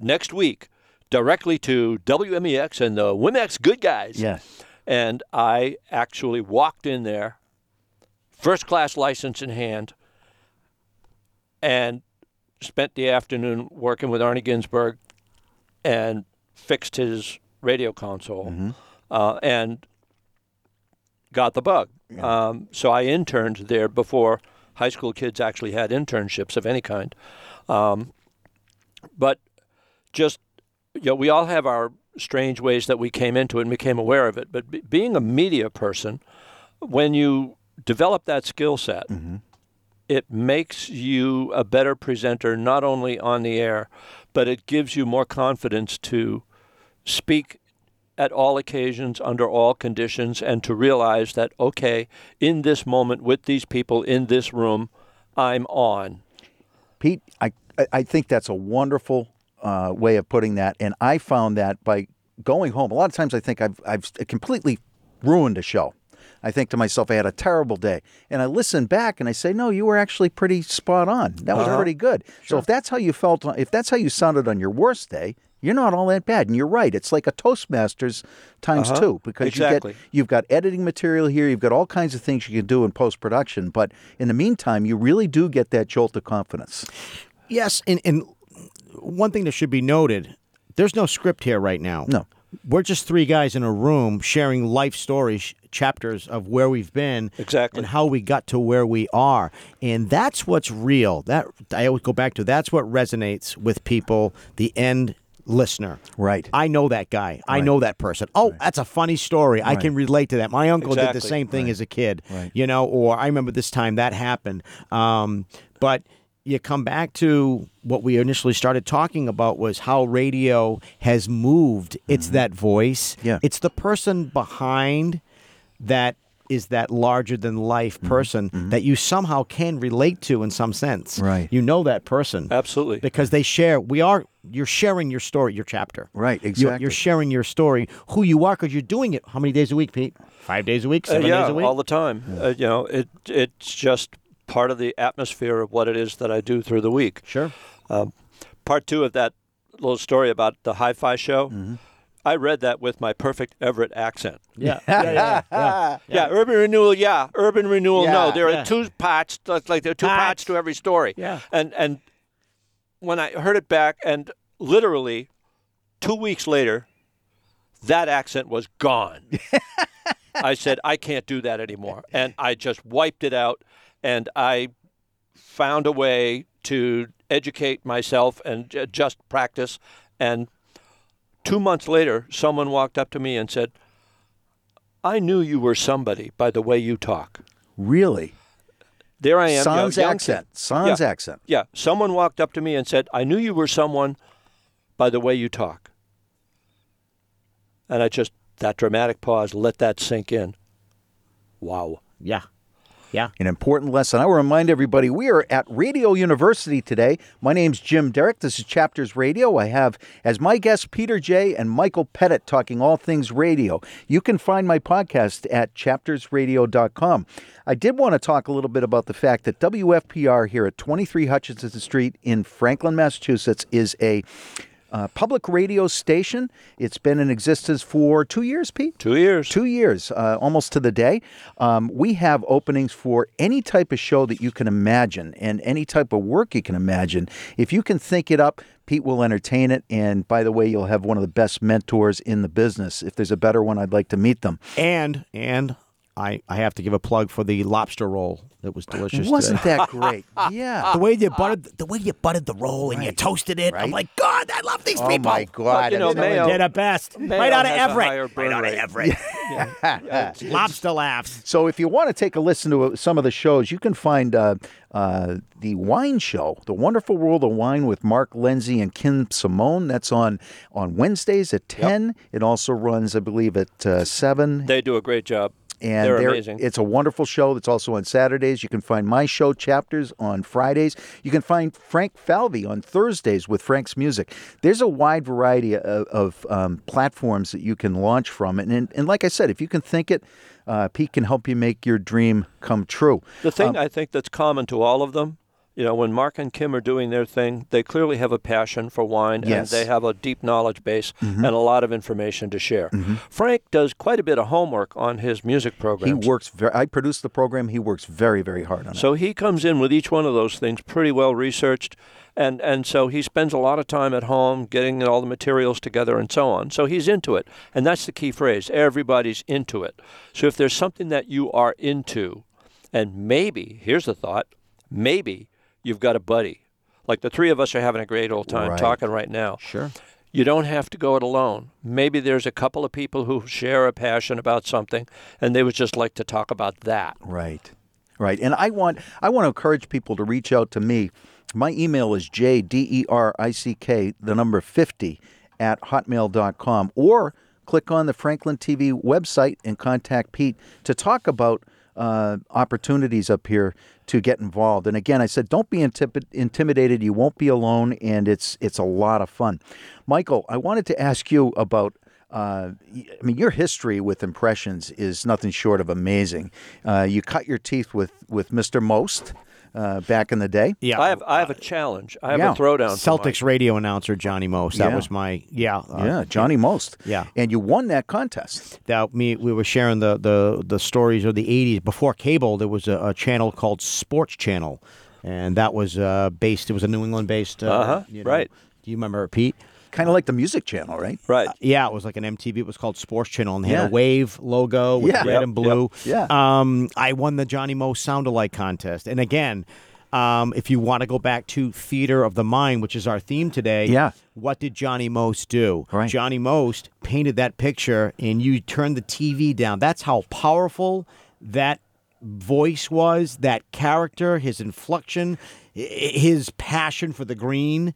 [SPEAKER 2] next week directly to WMEX and the WMEX Good Guys.
[SPEAKER 1] Yeah.
[SPEAKER 2] And I actually walked in there, first class license in hand, and spent the afternoon working with Arnie Ginsberg and fixed his radio console uh, and got the bug. Um, so I interned there before high school kids actually had internships of any kind. Um, but just you know, we all have our strange ways that we came into it and became aware of it. But be being a media person, when you develop that skill set, it makes you a better presenter, not only on the air, but it gives you more confidence to speak at all occasions, under all conditions, and to realize that, okay, in this moment with these people in this room, I'm on.
[SPEAKER 1] Pete, I, I- I think that's a wonderful uh, way of putting that. And I found that by going home, a lot of times I think I've, I've completely ruined a show. I think to myself, I had a terrible day. And I listen back and I say, no, you were actually pretty spot on. That was pretty good. So if that's how you felt, uh, if that's how you sounded on your worst day, you're not all that bad. And you're right. It's like a Toastmasters times two because
[SPEAKER 2] Exactly.
[SPEAKER 1] you get You've got editing material here. You've got all kinds of things you can do in post production. But in the meantime, you really do get that jolt of confidence.
[SPEAKER 3] Yes, and, and one thing that should be noted there's no script here right now.
[SPEAKER 1] No.
[SPEAKER 3] We're just three guys in a room sharing life stories, chapters of where we've been
[SPEAKER 2] Exactly.
[SPEAKER 3] and how we got to where we are. And that's what's real. That I always go back to that's what resonates with people, the end listener.
[SPEAKER 1] Right.
[SPEAKER 3] I know that guy. I know that person. Oh, that's a funny story. I can relate to that. My uncle did the
[SPEAKER 2] Exactly.
[SPEAKER 3] same thing as a kid, you know, or I remember this time that happened. Um, but you come back to what we initially started talking about was how radio has moved. It's that voice.
[SPEAKER 1] Mm-hmm. Yeah.
[SPEAKER 3] It's the person behind that is that larger than life
[SPEAKER 1] Mm-hmm.
[SPEAKER 3] person that you somehow can relate to in some sense.
[SPEAKER 1] Right.
[SPEAKER 3] You know that person
[SPEAKER 2] Absolutely.
[SPEAKER 3] because they share we are you're sharing your story your chapter
[SPEAKER 1] Right,
[SPEAKER 3] You're- you're,
[SPEAKER 1] exactly.
[SPEAKER 3] sharing your story who you are because you're doing it how many days a week pete five days a week
[SPEAKER 2] Uh,
[SPEAKER 3] seven
[SPEAKER 2] yeah,
[SPEAKER 3] days a week
[SPEAKER 2] all the time. Uh, you know, it it's just part of the atmosphere of what it is that I do through the week.
[SPEAKER 3] sure
[SPEAKER 2] Part two of that little story about the hi-fi show.
[SPEAKER 3] Mm-hmm.
[SPEAKER 2] I read that with my perfect Everett accent.
[SPEAKER 3] yeah yeah yeah, yeah.
[SPEAKER 2] Yeah, urban renewal. Yeah, urban renewal.
[SPEAKER 3] Yeah,
[SPEAKER 2] no, there
[SPEAKER 3] yeah.
[SPEAKER 2] are two parts. That's like there are two parts.
[SPEAKER 3] Parts.
[SPEAKER 2] to every story.
[SPEAKER 3] Yeah.
[SPEAKER 2] and and when I heard it back, and literally two weeks later, that accent was gone. I said, I can't do that anymore, and I just wiped it out, and I found a way to educate myself and ju- just practice. And two months later, someone walked up to me and said. I knew you were somebody by the way you talk.
[SPEAKER 1] Really?
[SPEAKER 2] There I am. you know,
[SPEAKER 1] Sans
[SPEAKER 2] young
[SPEAKER 1] accent.
[SPEAKER 2] kid.
[SPEAKER 1] Sans
[SPEAKER 2] Yeah.
[SPEAKER 1] accent.
[SPEAKER 2] Yeah. Someone walked up to me and said, I knew you were someone by the way you talk. And I just, that dramatic pause, let that sink in. Wow.
[SPEAKER 3] yeah yeah
[SPEAKER 1] an important lesson. I will remind everybody we are at Radio University today. My name's Jim Derrick. This is Chapters Radio. I have as my guests Peter Jay and Michael Pettit talking all things radio. You can find my podcast at chaptersradio.com. I did want to talk a little bit about the fact that WFPR here at 23 Hutchinson Street in Franklin, Massachusetts is a uh, public radio station. It's been in existence for two years, Pete?
[SPEAKER 2] Two years.
[SPEAKER 1] Two years, uh, almost to the day. Um, we have openings for any type of show that you can imagine and any type of work you can imagine. If you can think it up, Pete will entertain it. And by the way, you'll have one of the best mentors in the business. If there's a better one, I'd like to meet them.
[SPEAKER 3] and and I, I have to give a plug for the lobster roll that was delicious
[SPEAKER 1] Wasn't
[SPEAKER 3] today.
[SPEAKER 1] that great? Yeah.
[SPEAKER 3] the way you buttered the way you buttered the roll and you toasted it
[SPEAKER 1] right.
[SPEAKER 3] i'm like god i love these
[SPEAKER 1] Oh
[SPEAKER 3] people
[SPEAKER 1] my God!
[SPEAKER 2] you know,
[SPEAKER 1] I'm telling
[SPEAKER 2] Mayo-
[SPEAKER 3] they're the best
[SPEAKER 2] Mayo
[SPEAKER 3] right out of
[SPEAKER 2] has a higher
[SPEAKER 3] everett
[SPEAKER 2] burn
[SPEAKER 3] right out of
[SPEAKER 2] rate.
[SPEAKER 3] everett lobster laughs
[SPEAKER 1] So if you want to take a listen to uh, some of the shows, you can find uh, uh, the Wine Show, the Wonderful World of Wine with Mark Lindsay and Kim Simone. That's on on Wednesdays at ten. It also runs, I believe, at uh, seven.
[SPEAKER 2] They do a great job.
[SPEAKER 1] and
[SPEAKER 2] They're amazing.
[SPEAKER 1] it's a wonderful show that's also on Saturdays. You can find my show chapters on Fridays. You can find Frank Falvey on Thursdays with Frank's music. There's a wide variety of, of um, platforms that you can launch from, and, and and like I said, if you can think it, uh, Pete can help you make your dream come true.
[SPEAKER 2] The thing
[SPEAKER 1] um,
[SPEAKER 2] I think that's common to all of them, you know, when Mark and Kim are doing their thing, they clearly have a passion for wine
[SPEAKER 1] Yes. Mm-hmm.
[SPEAKER 2] and they have a deep knowledge base and a lot of information to share. Frank does quite a bit of homework on his music
[SPEAKER 1] He
[SPEAKER 2] programs.
[SPEAKER 1] works. Very, I produce the program. He works very very hard on it.
[SPEAKER 2] so he comes in with each one of those things pretty well researched and and so he spends a lot of time at home getting all the materials together and so on. So he's into it. And that's the key phrase. Everybody's into it. So if there's something that you are into and maybe, here's the thought, maybe you've got a buddy. Like the three of us are having a great old time
[SPEAKER 1] Right.
[SPEAKER 2] talking right now.
[SPEAKER 1] Sure.
[SPEAKER 2] You don't have to go it alone. Maybe there's a couple of people who share a passion about something and they would just like to talk about that.
[SPEAKER 1] Right. Right. And I want I want to encourage people to reach out to me. My email is j d e r i c k the number 50 at hotmail.com or click on the Franklin TV website and contact Pete to talk about uh, opportunities up here to get involved. And again, I said don't be intimi- intimidated. You won't be alone and it's it's a lot of fun. Michael, I wanted to ask you about uh, y- I mean, your history with impressions is nothing short of amazing. Uh, you cut your teeth with with Mr. Most uh, back in the day.
[SPEAKER 3] Yeah.
[SPEAKER 2] I have I have a challenge. I have
[SPEAKER 1] yeah.
[SPEAKER 2] a throwdown. for Mike.
[SPEAKER 3] Celtics radio announcer Johnny Most. That
[SPEAKER 1] Yeah.
[SPEAKER 3] was my yeah. uh,
[SPEAKER 1] Yeah, Johnny Most.
[SPEAKER 3] Yeah.
[SPEAKER 1] and you won that contest.
[SPEAKER 3] That me we were sharing the the the stories of the '80s before cable. There was a, a channel called Sports Channel, and that was uh, based. It was a New England based. Uh,
[SPEAKER 2] Uh-huh,
[SPEAKER 3] you
[SPEAKER 2] right.
[SPEAKER 3] Do you remember it, Pete?
[SPEAKER 1] Kind of like the Music Channel, right?
[SPEAKER 2] Right.
[SPEAKER 3] Yeah, it was like an MTV. It was called Sports Channel, and they
[SPEAKER 1] Yeah.
[SPEAKER 3] had a wave logo with
[SPEAKER 1] Yeah.
[SPEAKER 3] red
[SPEAKER 1] Yep,
[SPEAKER 3] and blue.
[SPEAKER 1] yep,
[SPEAKER 3] Um, I won the Johnny Mo Soundalike contest, and again, um, if you want to go back to Theater of the Mind, which is our theme today,
[SPEAKER 1] Yeah.
[SPEAKER 3] What did Johnny Most do?
[SPEAKER 1] Right.
[SPEAKER 3] Johnny Most painted that picture, and you turned the TV down. That's how powerful that voice was. That character, his inflection, i- i- his passion for the green.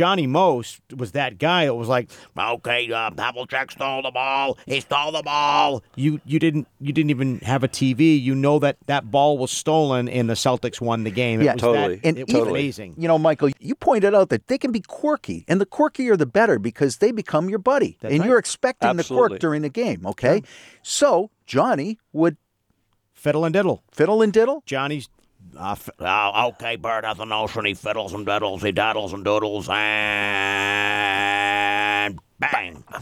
[SPEAKER 3] Johnny Most was that guy that was like, okay, uh, Havlicek stole the ball. He stole the ball. You you didn't you didn't even have a TV. You know that that ball was stolen, and the Celtics won the game.
[SPEAKER 1] Yeah,
[SPEAKER 3] it was
[SPEAKER 2] totally.
[SPEAKER 3] That,
[SPEAKER 1] And
[SPEAKER 3] it was
[SPEAKER 1] even-
[SPEAKER 3] amazing.
[SPEAKER 1] You know, Michael, you pointed out that they can be quirky, and the quirkier the better because they become your buddy, and
[SPEAKER 3] right.
[SPEAKER 1] you're expecting the
[SPEAKER 2] Absolutely.
[SPEAKER 1] quirk during the game. Okay, so Johnny would
[SPEAKER 3] Fiddle and diddle.
[SPEAKER 1] fiddle and diddle.
[SPEAKER 3] Johnny's uh, f-
[SPEAKER 4] Oh, okay, Bert hath a notion. He fiddles and diddles, he daddles and doodles, and bang.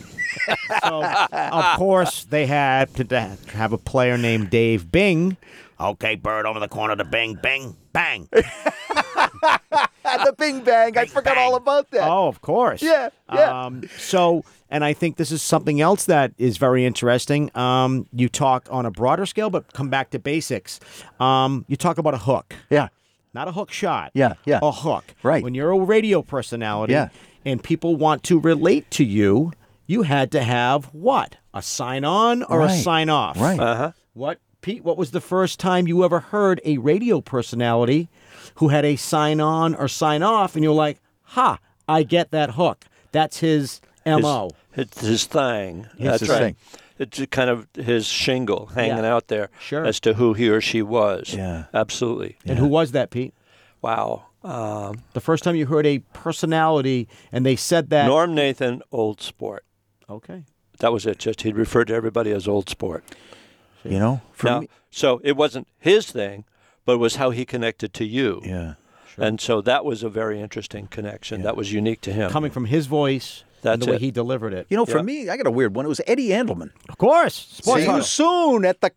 [SPEAKER 3] So, of course, they had to da- have a player named Dave Bing.
[SPEAKER 4] Okay, Bert over the corner to bing, bing, bang.
[SPEAKER 1] Ah, the Bing Bang. I forgot all about that.
[SPEAKER 3] Oh, of course.
[SPEAKER 1] Yeah, yeah.
[SPEAKER 3] Um, so, and I think this is something else that is very interesting. Um, you talk on a broader scale, but come back to basics. Um, you talk about a hook,
[SPEAKER 1] Yeah.
[SPEAKER 3] not a hook shot.
[SPEAKER 1] Yeah, yeah.
[SPEAKER 3] A hook.
[SPEAKER 1] Right.
[SPEAKER 3] When you're a radio personality
[SPEAKER 1] Yeah.
[SPEAKER 3] and people want to relate to you, you had to have what? A sign on or a
[SPEAKER 1] Right.
[SPEAKER 3] sign off?
[SPEAKER 1] Right.
[SPEAKER 2] Uh,
[SPEAKER 3] What Pete? What was the first time you ever heard a radio personality who had a sign on or sign off, and you're like, "Ha! I get that hook. That's his mo."
[SPEAKER 2] It's his thing. That's
[SPEAKER 1] his
[SPEAKER 2] right.
[SPEAKER 1] thing.
[SPEAKER 2] It's a kind of his shingle hanging
[SPEAKER 3] Yeah.
[SPEAKER 2] out there
[SPEAKER 3] Sure.
[SPEAKER 2] as to who he or she was.
[SPEAKER 1] Yeah.
[SPEAKER 2] Absolutely.
[SPEAKER 3] And who was that, Pete?
[SPEAKER 2] Wow. Um,
[SPEAKER 3] The first time you heard a personality and they said
[SPEAKER 1] Uh,
[SPEAKER 3] that.
[SPEAKER 2] Norm Nathan, old sport.
[SPEAKER 3] okay.
[SPEAKER 2] That was it. Just he'd refer to everybody as old sport.
[SPEAKER 1] You know, for
[SPEAKER 2] Now,
[SPEAKER 1] me-
[SPEAKER 2] so it wasn't his thing, but it was how he connected to you.
[SPEAKER 1] yeah.
[SPEAKER 2] And so that was a very interesting connection. That was unique to him.
[SPEAKER 3] Coming from his voice and
[SPEAKER 2] That's
[SPEAKER 3] the way
[SPEAKER 2] it.
[SPEAKER 3] he delivered it.
[SPEAKER 1] You know, for
[SPEAKER 2] Yeah.
[SPEAKER 1] me, I got a weird one. It was Eddie Andelman.
[SPEAKER 3] Of course, sports
[SPEAKER 1] See you
[SPEAKER 3] Huddle.
[SPEAKER 1] soon at the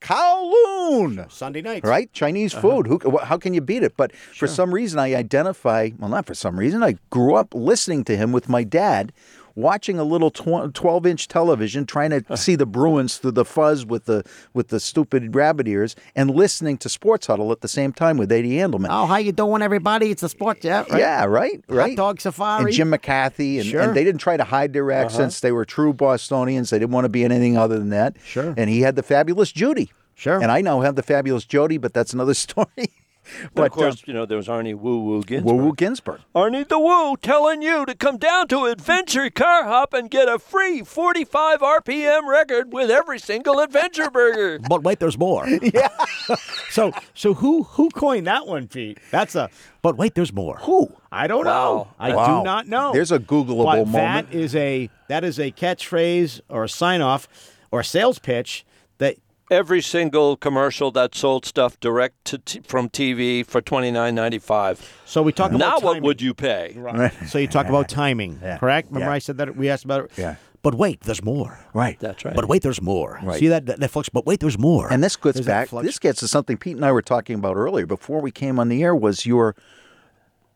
[SPEAKER 1] Kowloon.
[SPEAKER 3] Sunday nights.
[SPEAKER 1] Right? Chinese food. Who, wh- how can you beat it? But for some reason, I identify, well, not for some reason, I grew up listening to him with my dad, watching a little 12 inch television, trying to see the Bruins through the fuzz with the with the stupid rabbit ears, and listening to Sports Huddle at the same time with Eddie Andelman.
[SPEAKER 3] Oh, how you doing, everybody? It's a sport, yeah. Right?
[SPEAKER 1] Yeah, right, right.
[SPEAKER 3] dog safari.
[SPEAKER 1] And Jim McCarthy, and,
[SPEAKER 3] Sure. Uh-huh.
[SPEAKER 1] and they didn't try to hide their accents. They were true Bostonians. They didn't want to be anything other than that.
[SPEAKER 3] Sure.
[SPEAKER 1] And he had the fabulous Judy.
[SPEAKER 3] Sure.
[SPEAKER 1] And I now have the fabulous Jody, but that's another story.
[SPEAKER 2] But
[SPEAKER 1] But,
[SPEAKER 2] of
[SPEAKER 1] um,
[SPEAKER 2] course, you know, there was Arnie Woo Woo Ginsburg.
[SPEAKER 1] Woo Woo Ginsburg.
[SPEAKER 2] Arnie the Woo telling you to come down to Adventure Car Hop and get a free 45 RPM record with every single Adventure Burger.
[SPEAKER 3] But wait, there's more. Yeah. so so who who coined that one, Pete? That's a. But wait, there's more. Who? I don't know.
[SPEAKER 2] Wow.
[SPEAKER 3] I
[SPEAKER 1] Wow.
[SPEAKER 3] do not know.
[SPEAKER 1] There's a Googleable
[SPEAKER 3] But
[SPEAKER 1] moment.
[SPEAKER 3] That is a that is a catchphrase or a sign off or a sales pitch that
[SPEAKER 2] Every single commercial that sold stuff direct to t- from TV for twenty nine ninety five.
[SPEAKER 3] So we talk
[SPEAKER 2] Now
[SPEAKER 3] about
[SPEAKER 2] what
[SPEAKER 3] timing.
[SPEAKER 2] would you pay?
[SPEAKER 3] Right. so you talk about timing, correct? Remember
[SPEAKER 1] Yeah.
[SPEAKER 3] I said that we asked about it.
[SPEAKER 1] Yeah.
[SPEAKER 3] But wait, there's more.
[SPEAKER 1] Right.
[SPEAKER 2] That's right.
[SPEAKER 3] But wait, there's more.
[SPEAKER 1] Right.
[SPEAKER 3] See that that, that flux. But wait, there's more.
[SPEAKER 1] And this gets
[SPEAKER 3] There's that
[SPEAKER 1] back.
[SPEAKER 3] flux-
[SPEAKER 1] This gets to something Pete and I were talking about earlier before we came on the air was your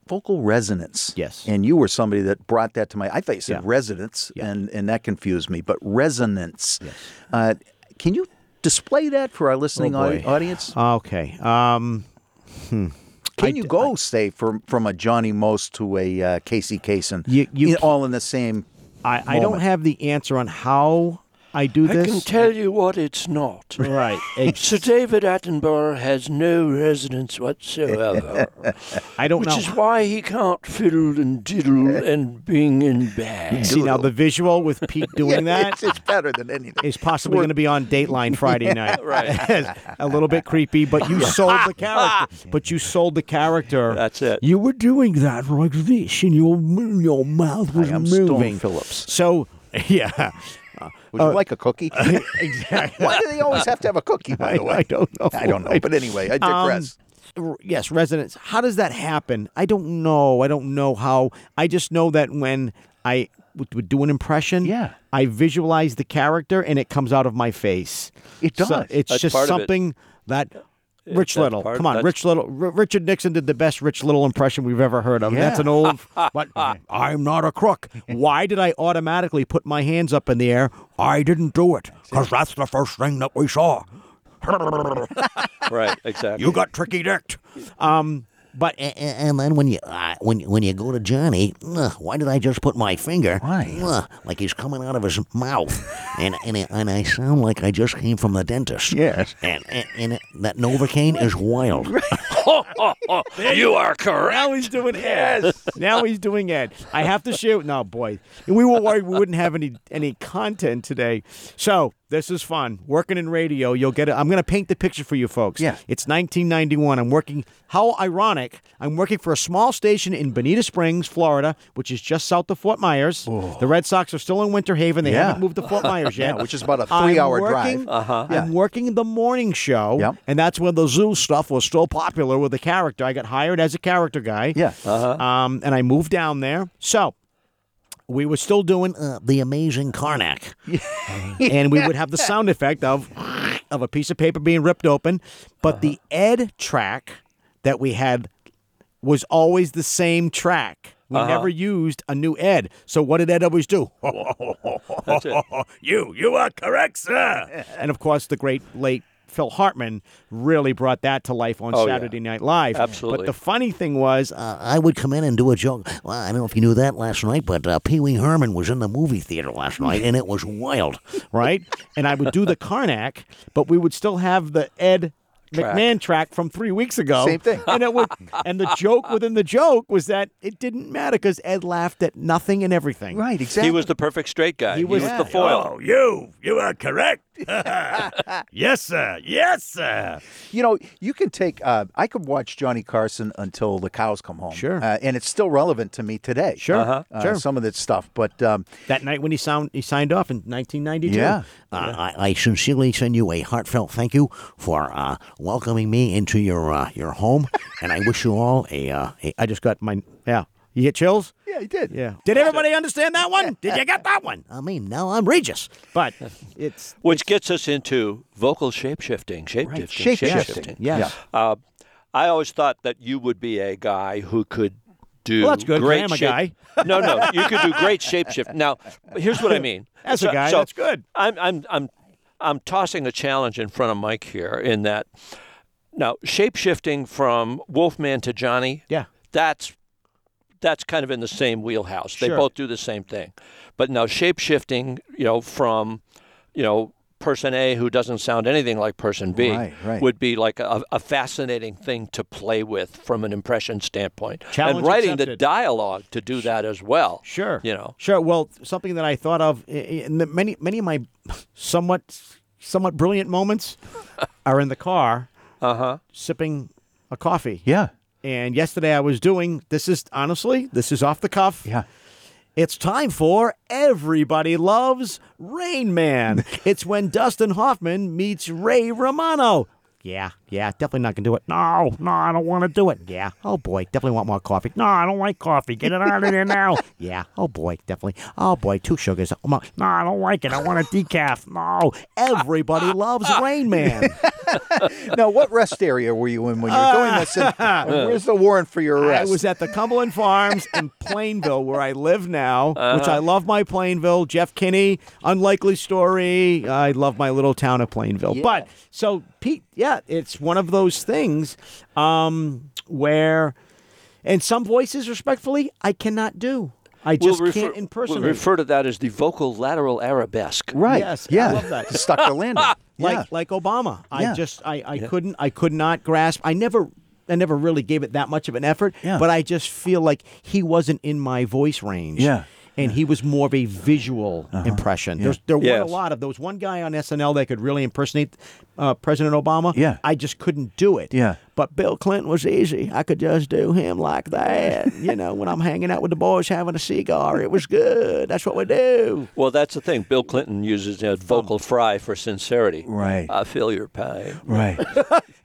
[SPEAKER 1] vocal resonance.
[SPEAKER 3] Yes.
[SPEAKER 1] And you were somebody that brought that to my. I thought you said
[SPEAKER 3] Yeah.
[SPEAKER 1] resonance,
[SPEAKER 3] Yeah.
[SPEAKER 1] and and that confused me. But resonance. Yes. Uh, can you display that for our listening
[SPEAKER 3] Oh,
[SPEAKER 1] au-
[SPEAKER 3] boy.
[SPEAKER 1] audience?
[SPEAKER 3] Okay. Um,
[SPEAKER 1] Can you go say from from a Johnny Most to a uh, Casey Kasem?
[SPEAKER 3] You- you
[SPEAKER 1] in-
[SPEAKER 3] ca-
[SPEAKER 1] all in the same.
[SPEAKER 3] I, I don't
[SPEAKER 1] Moment.
[SPEAKER 3] have the answer on how I do
[SPEAKER 2] I
[SPEAKER 3] this.
[SPEAKER 2] can tell you what it's not.
[SPEAKER 3] Right. Ex-
[SPEAKER 2] Sir David Attenborough has no resonance whatsoever,
[SPEAKER 3] I don't
[SPEAKER 2] which
[SPEAKER 3] know.
[SPEAKER 2] is why he can't fiddle and diddle and bing and bang.
[SPEAKER 3] See now the visual with Pete doing that
[SPEAKER 1] it's, it's better than anything.
[SPEAKER 3] is possibly going to be on Dateline Friday night. Right. a little bit creepy, but you sold the character. but you sold the character.
[SPEAKER 2] That's it.
[SPEAKER 3] You were doing that like this, and your your mouth was
[SPEAKER 1] I am Stone
[SPEAKER 3] moving.
[SPEAKER 1] Phillips.
[SPEAKER 3] So yeah,
[SPEAKER 1] Would you like a cookie?
[SPEAKER 3] exactly.
[SPEAKER 1] Why do they always have to have a cookie? By the way,
[SPEAKER 3] I don't know. Um,
[SPEAKER 1] I don't know. But anyway, I digress.
[SPEAKER 3] r- yes, resonance. How does that happen? I don't know. I don't know how. I just know that when I would, would do an impression,
[SPEAKER 1] Yeah.
[SPEAKER 3] I visualize the character and it comes out of my face.
[SPEAKER 1] It does.
[SPEAKER 3] it's
[SPEAKER 2] That's
[SPEAKER 3] just
[SPEAKER 2] part of it.
[SPEAKER 3] something that. Rich
[SPEAKER 2] that's
[SPEAKER 3] Little,
[SPEAKER 2] part-
[SPEAKER 3] come on,
[SPEAKER 2] that's-
[SPEAKER 3] Rich Little. R- Richard Nixon did the best Rich Little impression we've ever heard of. That's
[SPEAKER 1] Yeah.
[SPEAKER 3] an old, but I'm not a crook. Why did I automatically put my hands up in the air? I didn't do it because that's the first thing that we saw.
[SPEAKER 2] Right, exactly.
[SPEAKER 3] You got tricky dicked. Um, but
[SPEAKER 5] A- a- And then when you uh, when when you go to Johnny, "Ugh, why did I just put my finger?
[SPEAKER 1] Why?
[SPEAKER 5] Ugh, like he's coming out of his mouth, and and I- and I sound like I just came from the dentist.
[SPEAKER 1] Yes.
[SPEAKER 5] And and, and that Novocaine is wild.
[SPEAKER 2] you are correct.
[SPEAKER 3] now he's doing Ed. now he's doing Ed. I have to shoot. No, boy. We were worried we wouldn't have any any content today. So this is fun. Working in radio, you'll get it. I'm going to paint the picture for you folks.
[SPEAKER 1] Yeah.
[SPEAKER 3] It's 1991. I'm working. How ironic! I'm working for a small station in Bonita Springs, Florida, which is just south of Fort Myers. The Red Sox are still in Winter Haven. They
[SPEAKER 1] Yeah.
[SPEAKER 3] haven't moved to Fort Myers yet,
[SPEAKER 1] Yeah, which is about a
[SPEAKER 3] I'm
[SPEAKER 1] three-hour
[SPEAKER 3] working-
[SPEAKER 1] drive. Uh-huh.
[SPEAKER 3] I'm working the morning show,
[SPEAKER 1] Yep.
[SPEAKER 3] and that's when the zoo stuff was still popular with the character. I got hired as a character guy.
[SPEAKER 1] Yeah.
[SPEAKER 2] Uh-huh.
[SPEAKER 3] Um, and I moved down there. So we were still doing,
[SPEAKER 5] Uh, the amazing Karnak.
[SPEAKER 3] and we would have the sound effect of of a piece of paper being ripped open, but the
[SPEAKER 2] Uh-huh.
[SPEAKER 3] Ed track that we had was always the same track. We
[SPEAKER 2] Uh-huh.
[SPEAKER 3] never used a new Ed. So what did Ed always do?
[SPEAKER 2] That's it.
[SPEAKER 3] you, you are correct, sir. and of course, the great late Phil Hartman really brought that to life on
[SPEAKER 2] Oh, yeah.
[SPEAKER 3] Saturday Night Live. But
[SPEAKER 2] Absolutely.
[SPEAKER 3] the funny thing was,
[SPEAKER 5] Uh, I would come in and do a joke. Well, I don't know if you knew that last night, but uh, Pee Wee Herman was in the movie theater last night, and it was wild.
[SPEAKER 3] right? and I would do the Karnak, but we would still have the Ed
[SPEAKER 2] Track.
[SPEAKER 3] McMahon track from three weeks ago.
[SPEAKER 1] Same thing.
[SPEAKER 3] And it would, and the joke within the joke was that it didn't matter because Ed laughed at nothing and everything.
[SPEAKER 1] Right, exactly.
[SPEAKER 2] He was the perfect straight guy. He
[SPEAKER 3] was-
[SPEAKER 2] was, Oh. the foil.
[SPEAKER 3] Oh, you, you are correct. yes, sir. Yes, sir.
[SPEAKER 1] you know, you can take. Uh, I could watch Johnny Carson until the cows come home.
[SPEAKER 3] Sure.
[SPEAKER 1] uh, and it's still relevant to me today.
[SPEAKER 3] Sure,
[SPEAKER 2] Uh-huh.
[SPEAKER 1] uh
[SPEAKER 3] sure.
[SPEAKER 1] Some of that stuff, but um,
[SPEAKER 3] That night when he sound he signed off in 1992.
[SPEAKER 1] yeah,
[SPEAKER 5] Uh, I, I sincerely send you a heartfelt thank you for uh, welcoming me into your uh, your home, and I wish you all a, uh, a
[SPEAKER 3] I just got my yeah. You get chills?
[SPEAKER 1] yeah, he did.
[SPEAKER 3] Yeah. Did everybody understand that one? Did you get that one?
[SPEAKER 5] I mean, now I'm Regis.
[SPEAKER 3] But it's
[SPEAKER 2] Which gets us into vocal shapeshifting, shapeshifting,
[SPEAKER 1] Shapeshifting.
[SPEAKER 2] shapeshifting.
[SPEAKER 1] Yeah.
[SPEAKER 3] yes.
[SPEAKER 2] Uh, I always thought that you would be a guy who could do
[SPEAKER 3] Well, that's good, 'cause I
[SPEAKER 2] great
[SPEAKER 3] am a
[SPEAKER 2] shape- No, no, you could do great shapeshift. Now, here's what I mean.
[SPEAKER 3] As a guy, that's good.
[SPEAKER 2] I'm, I'm, I'm, I'm tossing a challenge in front of Mike here in that now shapeshifting from Wolfman to Johnny.
[SPEAKER 3] Yeah.
[SPEAKER 2] that's that's kind of in the same wheelhouse. They
[SPEAKER 3] Sure.
[SPEAKER 2] both do the same thing, but now shapeshifting, you know, from you know person A who doesn't sound anything like person B
[SPEAKER 1] Right, right.
[SPEAKER 2] would be like a, a fascinating thing to play with from an impression standpoint.
[SPEAKER 6] Challenge
[SPEAKER 2] and writing the
[SPEAKER 6] accepted.
[SPEAKER 2] dialogue to do that as well.
[SPEAKER 6] Sure.
[SPEAKER 2] You know.
[SPEAKER 6] Sure. Well, something that I thought of i- i- in the many many of my somewhat somewhat brilliant moments are in the car, uh-huh, sipping a coffee.
[SPEAKER 1] Yeah.
[SPEAKER 6] And yesterday I was doing this is honestly, this is off the cuff.
[SPEAKER 1] Yeah.
[SPEAKER 6] It's time for Everybody Loves Rain Man. it's when Dustin Hoffman meets Ray Romano. Yeah, yeah, definitely not gonna do it. No, no, I don't want to do it. Yeah, oh boy, definitely want more coffee. No, I don't like coffee. Get it out of there now. yeah, oh boy, definitely. Oh boy, two sugars. Oh, my- No, I don't like it. I want a decaf. No, everybody loves Rain Man.
[SPEAKER 1] Now, what rest area were you in when you were doing this? And, and where's the warrant for your
[SPEAKER 6] I
[SPEAKER 1] arrest?
[SPEAKER 6] was at the Cumberland Farms in Plainville, where I live now, which I love my Plainville. Jeff Kinney, unlikely story. I love my little town of Plainville. But so, Pete, yeah, it's one of those things um, where, and some voices, respectfully, I cannot do. I just can't impersonate.
[SPEAKER 2] we'll refer to that as the vocal lateral arabesque.
[SPEAKER 1] right.
[SPEAKER 6] Yes, I
[SPEAKER 1] yeah.
[SPEAKER 6] love that.
[SPEAKER 1] Stuck the landing.
[SPEAKER 6] like
[SPEAKER 1] yeah.
[SPEAKER 6] like Obama.
[SPEAKER 1] Yeah.
[SPEAKER 6] I just I, I couldn't I could not grasp. I never I never really gave it that much of an effort.
[SPEAKER 1] Yeah.
[SPEAKER 6] But I just feel like he wasn't in my voice range.
[SPEAKER 1] Yeah.
[SPEAKER 6] And he was more of a visual
[SPEAKER 1] Uh-huh.
[SPEAKER 6] impression. There's, there were a
[SPEAKER 2] Yes.
[SPEAKER 6] lot of. There was one guy on SNL that could really impersonate uh, President Obama.
[SPEAKER 1] Yeah.
[SPEAKER 3] Uh,
[SPEAKER 6] I just couldn't do it.
[SPEAKER 1] Yeah.
[SPEAKER 6] But Bill Clinton was easy. I could just do him like that. you know, when I'm hanging out with the boys having a cigar, it was good. That's what we do.
[SPEAKER 2] Well, that's the thing. Bill Clinton uses a vocal
[SPEAKER 6] Um,
[SPEAKER 2] fry for sincerity.
[SPEAKER 1] Right.
[SPEAKER 2] I feel your pain.
[SPEAKER 1] Right.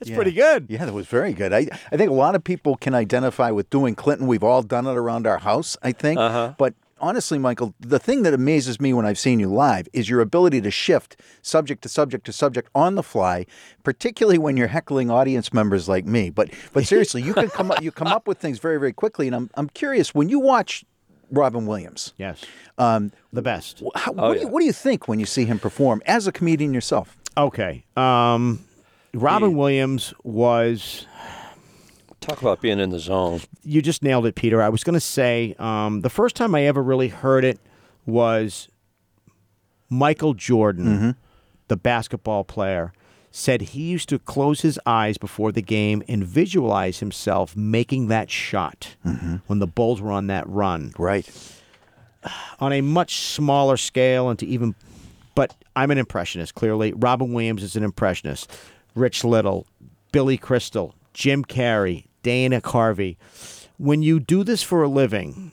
[SPEAKER 6] It's pretty good.
[SPEAKER 1] Yeah, that was very good. I, I think a lot of people can identify with doing Clinton. We've all done it around our house, I think. But honestly, Michael, the thing that amazes me when I've seen you live is your ability to shift subject to subject to subject on the fly, particularly when you're heckling audience members like me. But but seriously, you can come up you come up with things very very quickly. And I'm I'm curious when you watch Robin Williams.
[SPEAKER 6] Yes.
[SPEAKER 1] Um,
[SPEAKER 6] The best.
[SPEAKER 1] wh- how, what, do you, what do you think when you see him perform as a comedian yourself?
[SPEAKER 6] Okay. Um, Robin Williams was.
[SPEAKER 2] Talk about being in the zone.
[SPEAKER 6] You just nailed it, Peter. I was going to say um, the first time I ever really heard it was Michael Jordan, the basketball player, said he used to close his eyes before the game and visualize himself making that shot when the Bulls were on that run
[SPEAKER 1] Right.
[SPEAKER 6] on a much smaller scale and to even but I'm an impressionist clearly. Robin Williams is an impressionist. Rich Little, Billy Crystal, Jim Carrey, Dana Carvey. When you do this for a living,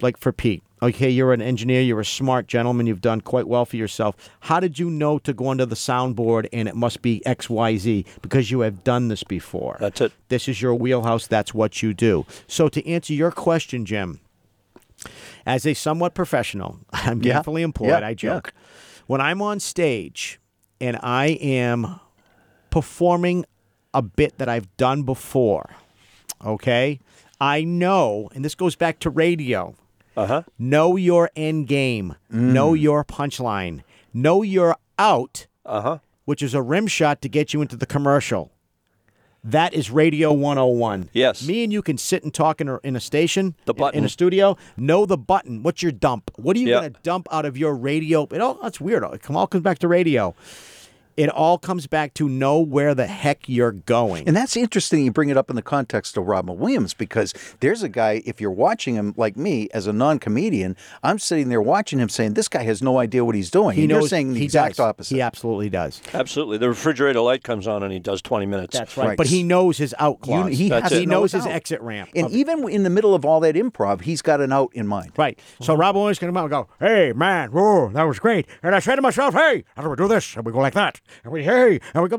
[SPEAKER 6] like for Pete, okay, you're an engineer, you're a smart gentleman, you've done quite well for yourself. How did you know to go under the soundboard and it must be XYZ because you have done this before?
[SPEAKER 2] That's it.
[SPEAKER 6] This is your wheelhouse, that's what you do. So to answer your question, Jim, as a somewhat professional, I'm
[SPEAKER 1] Yeah.
[SPEAKER 6] gainfully employed.
[SPEAKER 1] Yeah.
[SPEAKER 6] I joke. When I'm on stage and I am performing a bit that I've done before, okay, I know, and this goes back to radio. Uh
[SPEAKER 2] Uh-huh.
[SPEAKER 6] huh. Know your end game.
[SPEAKER 1] Mm.
[SPEAKER 6] Know your punchline. Know your out. Uh
[SPEAKER 2] Uh-huh.
[SPEAKER 6] huh. Which is a rim shot to get you into the commercial. That is Radio 101.
[SPEAKER 2] Yes.
[SPEAKER 6] Me and you can sit and talk in a, in a station,
[SPEAKER 2] The
[SPEAKER 6] in- in
[SPEAKER 2] button.
[SPEAKER 6] a studio. Know the button. What's your dump? What are you
[SPEAKER 2] Yeah.
[SPEAKER 6] going to dump out of your radio? It all that's weird. It come- all comes back to radio. It all comes back to know where the heck you're going.
[SPEAKER 1] And that's interesting you bring it up in the context of Robin Williams because there's a guy, if you're watching him like me as a non comedian, I'm sitting there watching him saying, This guy has no idea what he's doing. and you're saying the
[SPEAKER 6] he
[SPEAKER 1] exact
[SPEAKER 6] does.
[SPEAKER 1] opposite.
[SPEAKER 6] He absolutely does.
[SPEAKER 2] Absolutely. The refrigerator light comes on and he does 20 minutes.
[SPEAKER 6] That's right.
[SPEAKER 1] Right.
[SPEAKER 6] But he knows his out
[SPEAKER 1] You-
[SPEAKER 6] clause.
[SPEAKER 1] he
[SPEAKER 2] That's
[SPEAKER 1] has
[SPEAKER 2] it.
[SPEAKER 6] he
[SPEAKER 1] to know
[SPEAKER 6] knows his
[SPEAKER 1] out.
[SPEAKER 6] exit ramp.
[SPEAKER 1] And even in the middle of all that improv, he's got an out in mind.
[SPEAKER 6] Right. So Rob Williams can come out and go, hey, man, whoa, that was great. And I said to myself, hey, how do we do this? And we go like that. And we, hey, and we go,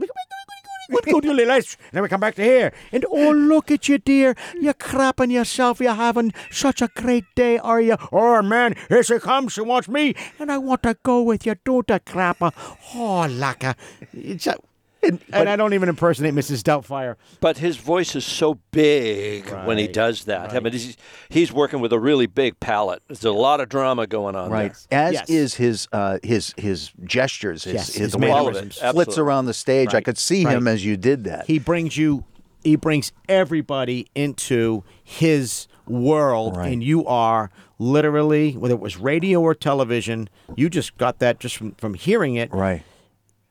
[SPEAKER 6] what good you less? And then we come back to here. And oh, look at you, dear. You're crapping yourself. You're having such a great day, are you? Oh, man, here she comes. She wants me. And I want to go with you. Do the crapper. Oh, lacquer. It's a- and, and I don't even impersonate Mrs. Doubtfire.
[SPEAKER 2] But his voice is so big when he does that. I mean, he's, he's working with a really big palette. There's a lot of drama going on
[SPEAKER 1] Right,
[SPEAKER 2] there.
[SPEAKER 1] as
[SPEAKER 6] Yes.
[SPEAKER 1] is his uh, his his gestures, his,
[SPEAKER 6] Yes,
[SPEAKER 1] his,
[SPEAKER 6] his
[SPEAKER 1] the way he
[SPEAKER 2] mannerisms.
[SPEAKER 1] flits
[SPEAKER 2] Absolutely.
[SPEAKER 1] around the stage. I
[SPEAKER 6] Right,
[SPEAKER 1] could see him
[SPEAKER 6] right.
[SPEAKER 1] as you did that.
[SPEAKER 6] he brings you he brings everybody into his world
[SPEAKER 1] Right.
[SPEAKER 6] and you are literally whether it was radio or television you just got that just from, from hearing it
[SPEAKER 1] right,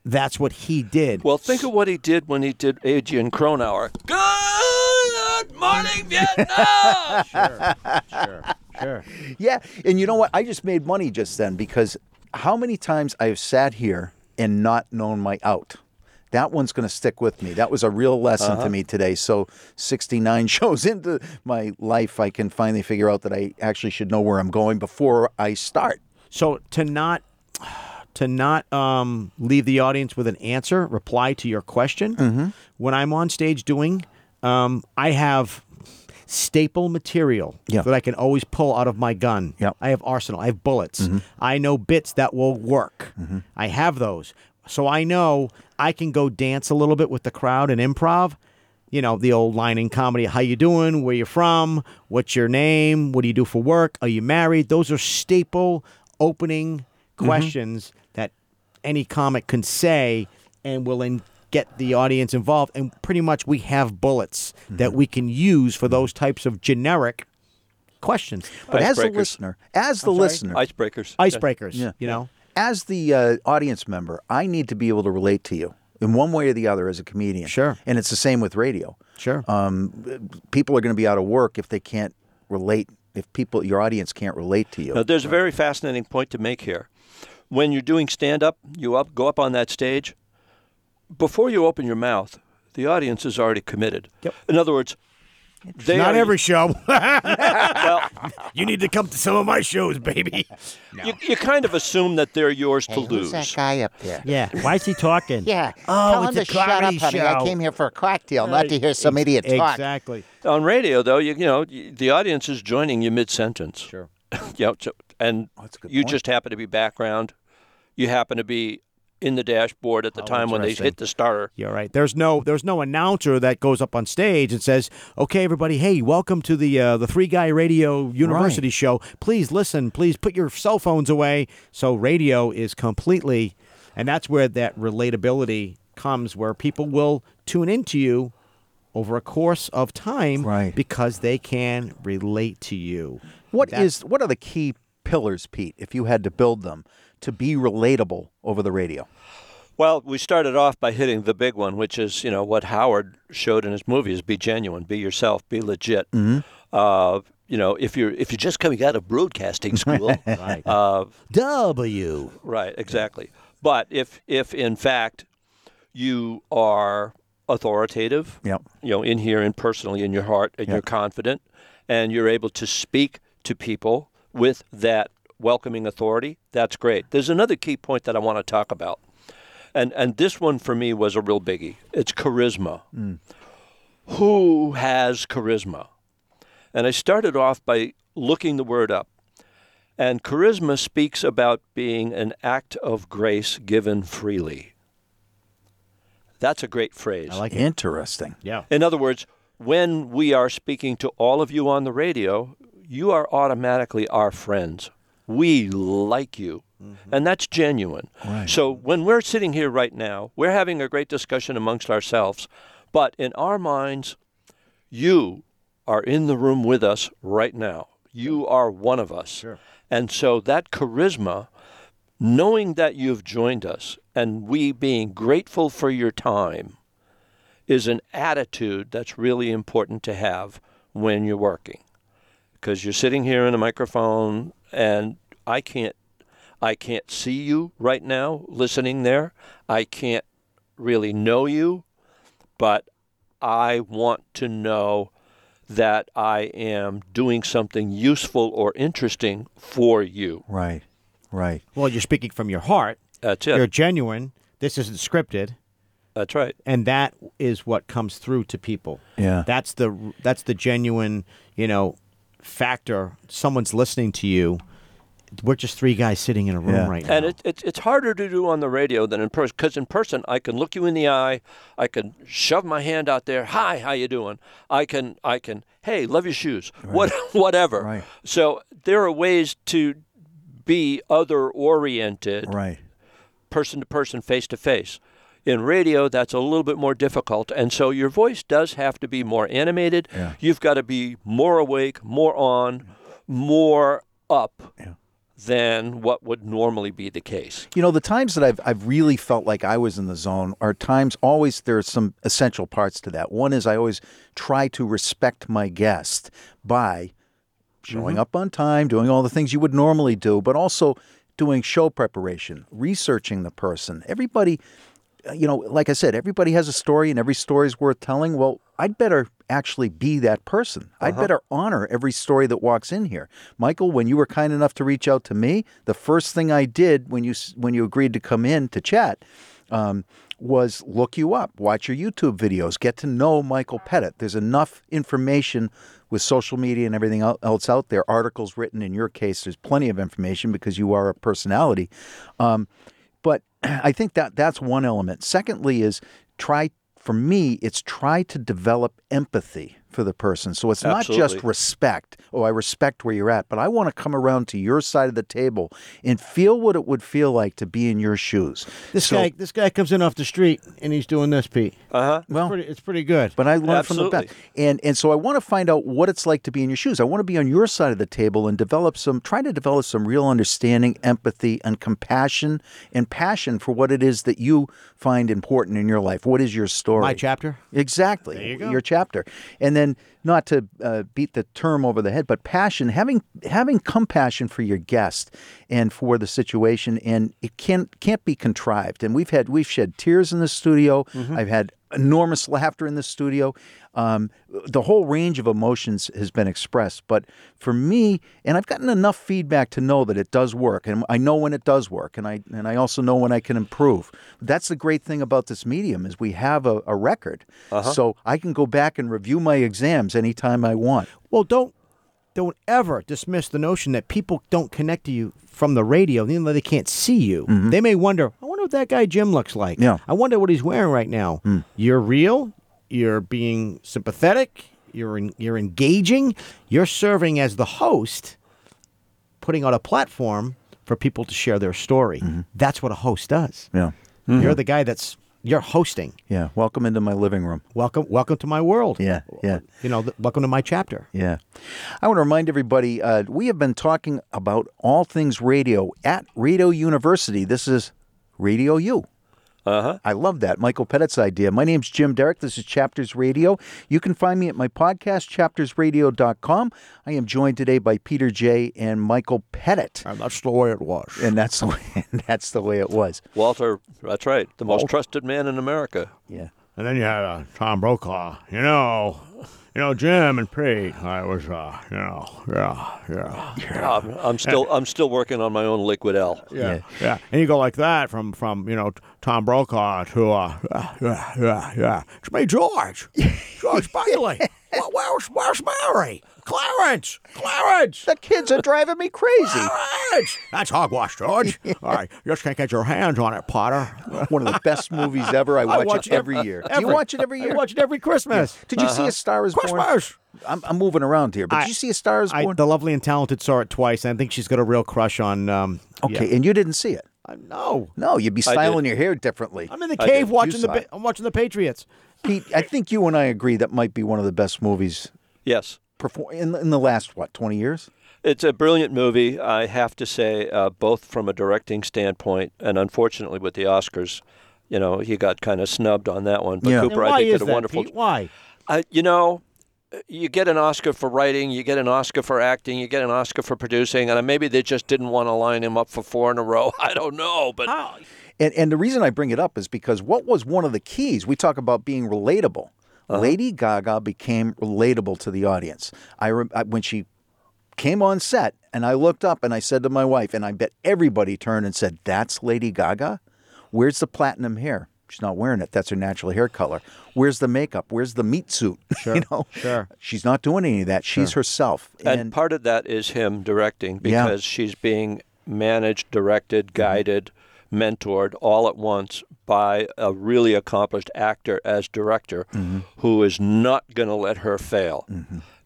[SPEAKER 6] That's what he did.
[SPEAKER 2] Well, think of what he did when he did Adrian Cronauer. Good morning, Vietnam!
[SPEAKER 6] sure.
[SPEAKER 1] Yeah, and you know what? I just made money just then because how many times I have sat here and not known my out. That one's going to stick with me. That was a real lesson to me today. So, 69 shows into my life, I can finally figure out that I actually should know where I'm going before I start.
[SPEAKER 6] So to not to not um, leave the audience with an answer, reply to your question. When I'm on stage doing, um, I have staple material
[SPEAKER 1] Yeah.
[SPEAKER 6] that I can always pull out of my gun.
[SPEAKER 1] Yeah.
[SPEAKER 6] I have arsenal. I have bullets. I know bits that will work. I have those, so I know I can go dance a little bit with the crowd and improv. You know the old line in comedy: "How you doing? Where you from? What's your name? What do you do for work? Are you married?" Those are staple opening questions that any comic can say and will in- get the audience involved. And pretty much we have bullets that we can use for those types of generic questions,
[SPEAKER 1] But as the
[SPEAKER 2] Icebreakers.
[SPEAKER 1] listener, as the listener,
[SPEAKER 2] Icebreakers.
[SPEAKER 6] icebreakers.
[SPEAKER 1] Yeah.
[SPEAKER 6] You know,
[SPEAKER 1] as the uh, audience member, I need to be able to relate to you in one way or the other as a comedian.
[SPEAKER 6] Sure.
[SPEAKER 1] And it's the same with radio. Um,
[SPEAKER 6] sure.
[SPEAKER 1] People are going to be out of work if they can't relate. If people, your audience can't relate to you.
[SPEAKER 2] Now, there's a very fascinating point to make here. When you're doing stand up, you up, go up on that stage. Before you open your mouth, the audience is already committed. Yep. In other words, they
[SPEAKER 6] Not
[SPEAKER 2] are-
[SPEAKER 6] every show.
[SPEAKER 2] Well,
[SPEAKER 6] you need to come to some of my shows, baby.
[SPEAKER 2] you, you kind of assume that they're yours to lose.
[SPEAKER 3] Who's that guy up there?
[SPEAKER 7] Yeah. Why is he talking?
[SPEAKER 3] Yeah.
[SPEAKER 7] Oh,
[SPEAKER 3] Tell
[SPEAKER 7] it's
[SPEAKER 3] him
[SPEAKER 7] a
[SPEAKER 3] to shut up,
[SPEAKER 7] comedy
[SPEAKER 3] honey. I
[SPEAKER 7] show.
[SPEAKER 3] came here for a cocktail, not to hear some idiot talk.
[SPEAKER 6] Exactly.
[SPEAKER 2] On radio, though, you, you know y- the audience is joining you mid sentence. Sure. you know, so, and
[SPEAKER 1] that's a good
[SPEAKER 2] you
[SPEAKER 1] point.
[SPEAKER 2] just happen to be background. You happen to be in the dashboard at the time when they
[SPEAKER 1] interesting.
[SPEAKER 2] hit the starter.
[SPEAKER 6] You're right. There's no there's no announcer that goes up on stage and says, "Okay, everybody, hey, welcome to the uh, the Three Guy Radio University Show. Please listen. Please put your cell phones away." So radio is completely, and that's where that relatability comes, where people will tune into you over a course of time,
[SPEAKER 1] Right.
[SPEAKER 6] Because they can relate to you.
[SPEAKER 1] What is? what are the key pillars, Pete, if you had to build them to be relatable over the radio?
[SPEAKER 2] Well, we started off by hitting the big one, which is you know what Howard showed in his movies: be genuine, be yourself, be legit. Uh, you know, if you're if you're just coming out of broadcasting school, right? Uh,
[SPEAKER 8] W.
[SPEAKER 2] right, exactly. But if if in fact you are authoritative,
[SPEAKER 1] Yep.
[SPEAKER 2] you know, in here and personally in your heart, and you're confident, and you're able to speak to people with that welcoming authority, that's great. There's another key point that I want to talk about, and and this one for me was a real biggie. It's charisma.
[SPEAKER 6] Hmm.
[SPEAKER 2] Who has charisma? And I started off by looking the word up. And charisma speaks about being an act of grace given freely. That's a great phrase.
[SPEAKER 6] I like it.
[SPEAKER 1] Interesting.
[SPEAKER 6] Yeah.
[SPEAKER 2] In other words, when we are speaking to all of you on the radio, you are automatically our friends. We like you. And that's genuine. So when we're sitting here right now, we're having a great discussion amongst ourselves, but in our minds, you are in the room with us right now. You are one of us. And so that charisma, knowing that you've joined us and we being grateful for your time, is an attitude that's really important to have when you're working because you're sitting here in a microphone and I can't I can't see you right now listening there. I can't really know you, but I want to know that I am doing something useful or interesting for you.
[SPEAKER 1] Right. Right.
[SPEAKER 6] Well, you're speaking from your heart.
[SPEAKER 2] That's it.
[SPEAKER 6] You're genuine. This isn't scripted.
[SPEAKER 2] that's right.
[SPEAKER 6] and that is what comes through to people.
[SPEAKER 1] Yeah.
[SPEAKER 6] that's the that's the genuine you know factor. Someone's listening to you. We're just three guys sitting in a room
[SPEAKER 1] Yeah.
[SPEAKER 6] right now.
[SPEAKER 2] And it, it, it's harder to do on the radio than in person because in person I can look you in the eye, I can shove my hand out there, hi, how you doing? I can I can hey, love your shoes, what whatever.
[SPEAKER 1] Right.
[SPEAKER 2] So there are ways to be other oriented,
[SPEAKER 1] Right.
[SPEAKER 2] person to person, face to face. In radio, that's a little bit more difficult, and so your voice does have to be more animated. You've got to be more awake, more on, more up than what would normally be the case.
[SPEAKER 1] You know, the times that I've I've really felt like I was in the zone are times always there's some essential parts to that. One is I always try to respect my guest by showing up on time, doing all the things you would normally do, but also doing show preparation, researching the person. Everybody uh, you know, like I said, everybody has a story and every story is worth telling. Well, I'd better actually be that person. I'd better honor every story that walks in here. Michael, when you were kind enough to reach out to me, the first thing I did when you s- when you agreed to come in to chat um, was look you up, watch your YouTube videos, get to know Michael Pettit. There's enough information with social media and everything el- else out there. Articles written in your case, there's plenty of information because you are a personality. Um, but I think that that's one element. Secondly, is try for me, it's try to develop empathy for the person. So it's not just
[SPEAKER 2] Absolutely.
[SPEAKER 1] respect. Oh, I respect where you're at, but I want to come around to your side of the table and feel what it would feel like to be in your shoes.
[SPEAKER 3] This
[SPEAKER 1] So-
[SPEAKER 3] guy, this guy comes in off the street and he's doing this, Pete. Uh huh.
[SPEAKER 1] Well-
[SPEAKER 3] pretty, it's pretty good.
[SPEAKER 1] But I learned from the
[SPEAKER 2] Absolutely.
[SPEAKER 1] best. And and so I want to find out what it's like to be in your shoes. I want to be on your side of the table and develop some try to develop some real understanding, empathy, and compassion and passion for what it is that you find important in your life. What is your story?
[SPEAKER 3] My chapter.
[SPEAKER 1] Exactly. Your chapter. And then not to uh, beat the term over the head, but passion, having having compassion for your guest and for the situation and it can can't be contrived. And we've had we've shed tears in the studio. I've had enormous laughter in the studio. Um, the whole range of emotions has been expressed, but for me, and I've gotten enough feedback to know that it does work, and I know when it does work, and I and I also know when I can improve. That's the great thing about this medium is we have a, a record, so I can go back and review my exams anytime I want.
[SPEAKER 3] Well, don't don't ever dismiss the notion that people don't connect to you from the radio, even though they can't see you. They may wonder, I wonder what that guy Jim looks like.
[SPEAKER 1] Yeah.
[SPEAKER 3] I wonder what he's wearing right now. You're real. You're being sympathetic. You're in, you're engaging. You're serving as the host, putting out a platform for people to share their story. That's what a host does.
[SPEAKER 1] Yeah,
[SPEAKER 3] You're the guy that's you're hosting.
[SPEAKER 1] yeah. Welcome into my living room.
[SPEAKER 3] Welcome, welcome to my world.
[SPEAKER 1] Yeah, yeah.
[SPEAKER 3] You know, th- welcome to my chapter.
[SPEAKER 1] Yeah. I want to remind everybody uh, we have been talking about all things radio at Radio University. This is Radio U. Uh-huh. I love that. Michael Pettit's idea. My name's Jim Derrick. This is Chapters Radio. You can find me at my podcast, chaptersradio.com. I am joined today by Peter J. and Michael Pettit.
[SPEAKER 3] And that's the way it was.
[SPEAKER 1] And that's the way, and that's the way it was.
[SPEAKER 2] Walter, that's right, the most trusted man in America.
[SPEAKER 1] Yeah.
[SPEAKER 6] And then you had uh, Tom Brokaw. You know, you know Jim and Pete. I was, uh, you know, yeah, yeah, yeah,
[SPEAKER 2] I'm, I'm still I'm still working on my own liquid L.
[SPEAKER 6] yeah, yeah. And you go like that from from you know t- Tom Brokaw to uh, yeah, yeah, yeah, yeah. It's me, George, George Bailey. Where- Where's Where's Mary? Clarence, Clarence.
[SPEAKER 1] The kids are driving me crazy.
[SPEAKER 6] Clarence! That's hogwash, George. All right, you just can't get your hands on it, Potter.
[SPEAKER 3] uh,
[SPEAKER 1] One of the best movies ever. I watch, it every year. Do you watch it every year?
[SPEAKER 3] I watch it every Christmas.
[SPEAKER 1] Did you see A Star Is Born?
[SPEAKER 6] Christmas!
[SPEAKER 1] I'm, I'm moving around here, but
[SPEAKER 3] I-
[SPEAKER 1] did you see A Star Is
[SPEAKER 3] I,
[SPEAKER 1] Born?
[SPEAKER 3] the lovely and talented saw it twice, and I think she's got a real crush on. Um,
[SPEAKER 1] okay, and you didn't see it.
[SPEAKER 3] I- no,
[SPEAKER 1] No, you'd be styling your hair differently.
[SPEAKER 3] I'm in the cave watching the.
[SPEAKER 1] saw
[SPEAKER 3] Pa-
[SPEAKER 1] it.
[SPEAKER 3] I'm watching the Patriots.
[SPEAKER 1] Pete, I think you and I agree that might be one of the best movies
[SPEAKER 2] Yes.
[SPEAKER 1] perform- in, in the last, what, 20 years?
[SPEAKER 2] It's a brilliant movie, I have to say, uh, both from a directing standpoint and unfortunately with the Oscars. You know, he got kind of snubbed on that one, but
[SPEAKER 1] Yeah. And
[SPEAKER 3] And
[SPEAKER 2] Cooper, I
[SPEAKER 3] why
[SPEAKER 2] think,
[SPEAKER 3] is
[SPEAKER 2] did a
[SPEAKER 3] that?
[SPEAKER 2] wonderful
[SPEAKER 3] Pete? Why?
[SPEAKER 2] I, you know, you get an Oscar for writing, you get an Oscar for acting, you get an Oscar for producing, and maybe they just didn't want to line him up for four in a row. I don't know, but
[SPEAKER 1] And, and the reason I bring it up is because what was one of the keys? We talk about being relatable. Lady Gaga became relatable to the audience. I, re- I when she came on set, and I looked up and I said to my wife, and I bet everybody turned and said, "That's Lady Gaga. Where's the platinum hair? She's not wearing it. That's her natural hair color. Where's the makeup? Where's the meat suit? Sure, you know,
[SPEAKER 3] sure.
[SPEAKER 1] She's not doing any of that. She's herself.
[SPEAKER 2] and, part of that is him directing
[SPEAKER 1] Yeah.
[SPEAKER 2] because she's being managed, directed, guided, mentored all at once by a really accomplished actor as director who is not going to let her fail.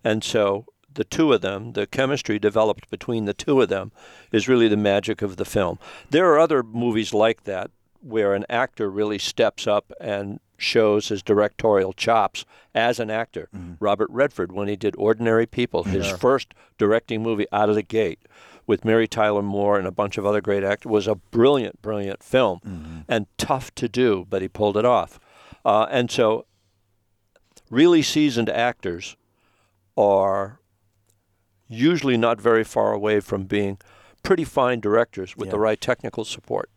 [SPEAKER 2] And so the two of them, the chemistry developed between the two of them is really the magic of the film. There are other movies like that where an actor really steps up and shows his directorial chops as an actor. Robert Redford, when he did Ordinary People, his first directing movie out of the gate, with Mary Tyler Moore and a bunch of other great actors was a brilliant, brilliant film and tough to do, but he pulled it off. Uh, and so, really seasoned actors are usually not very far away from being pretty fine directors with the right technical support.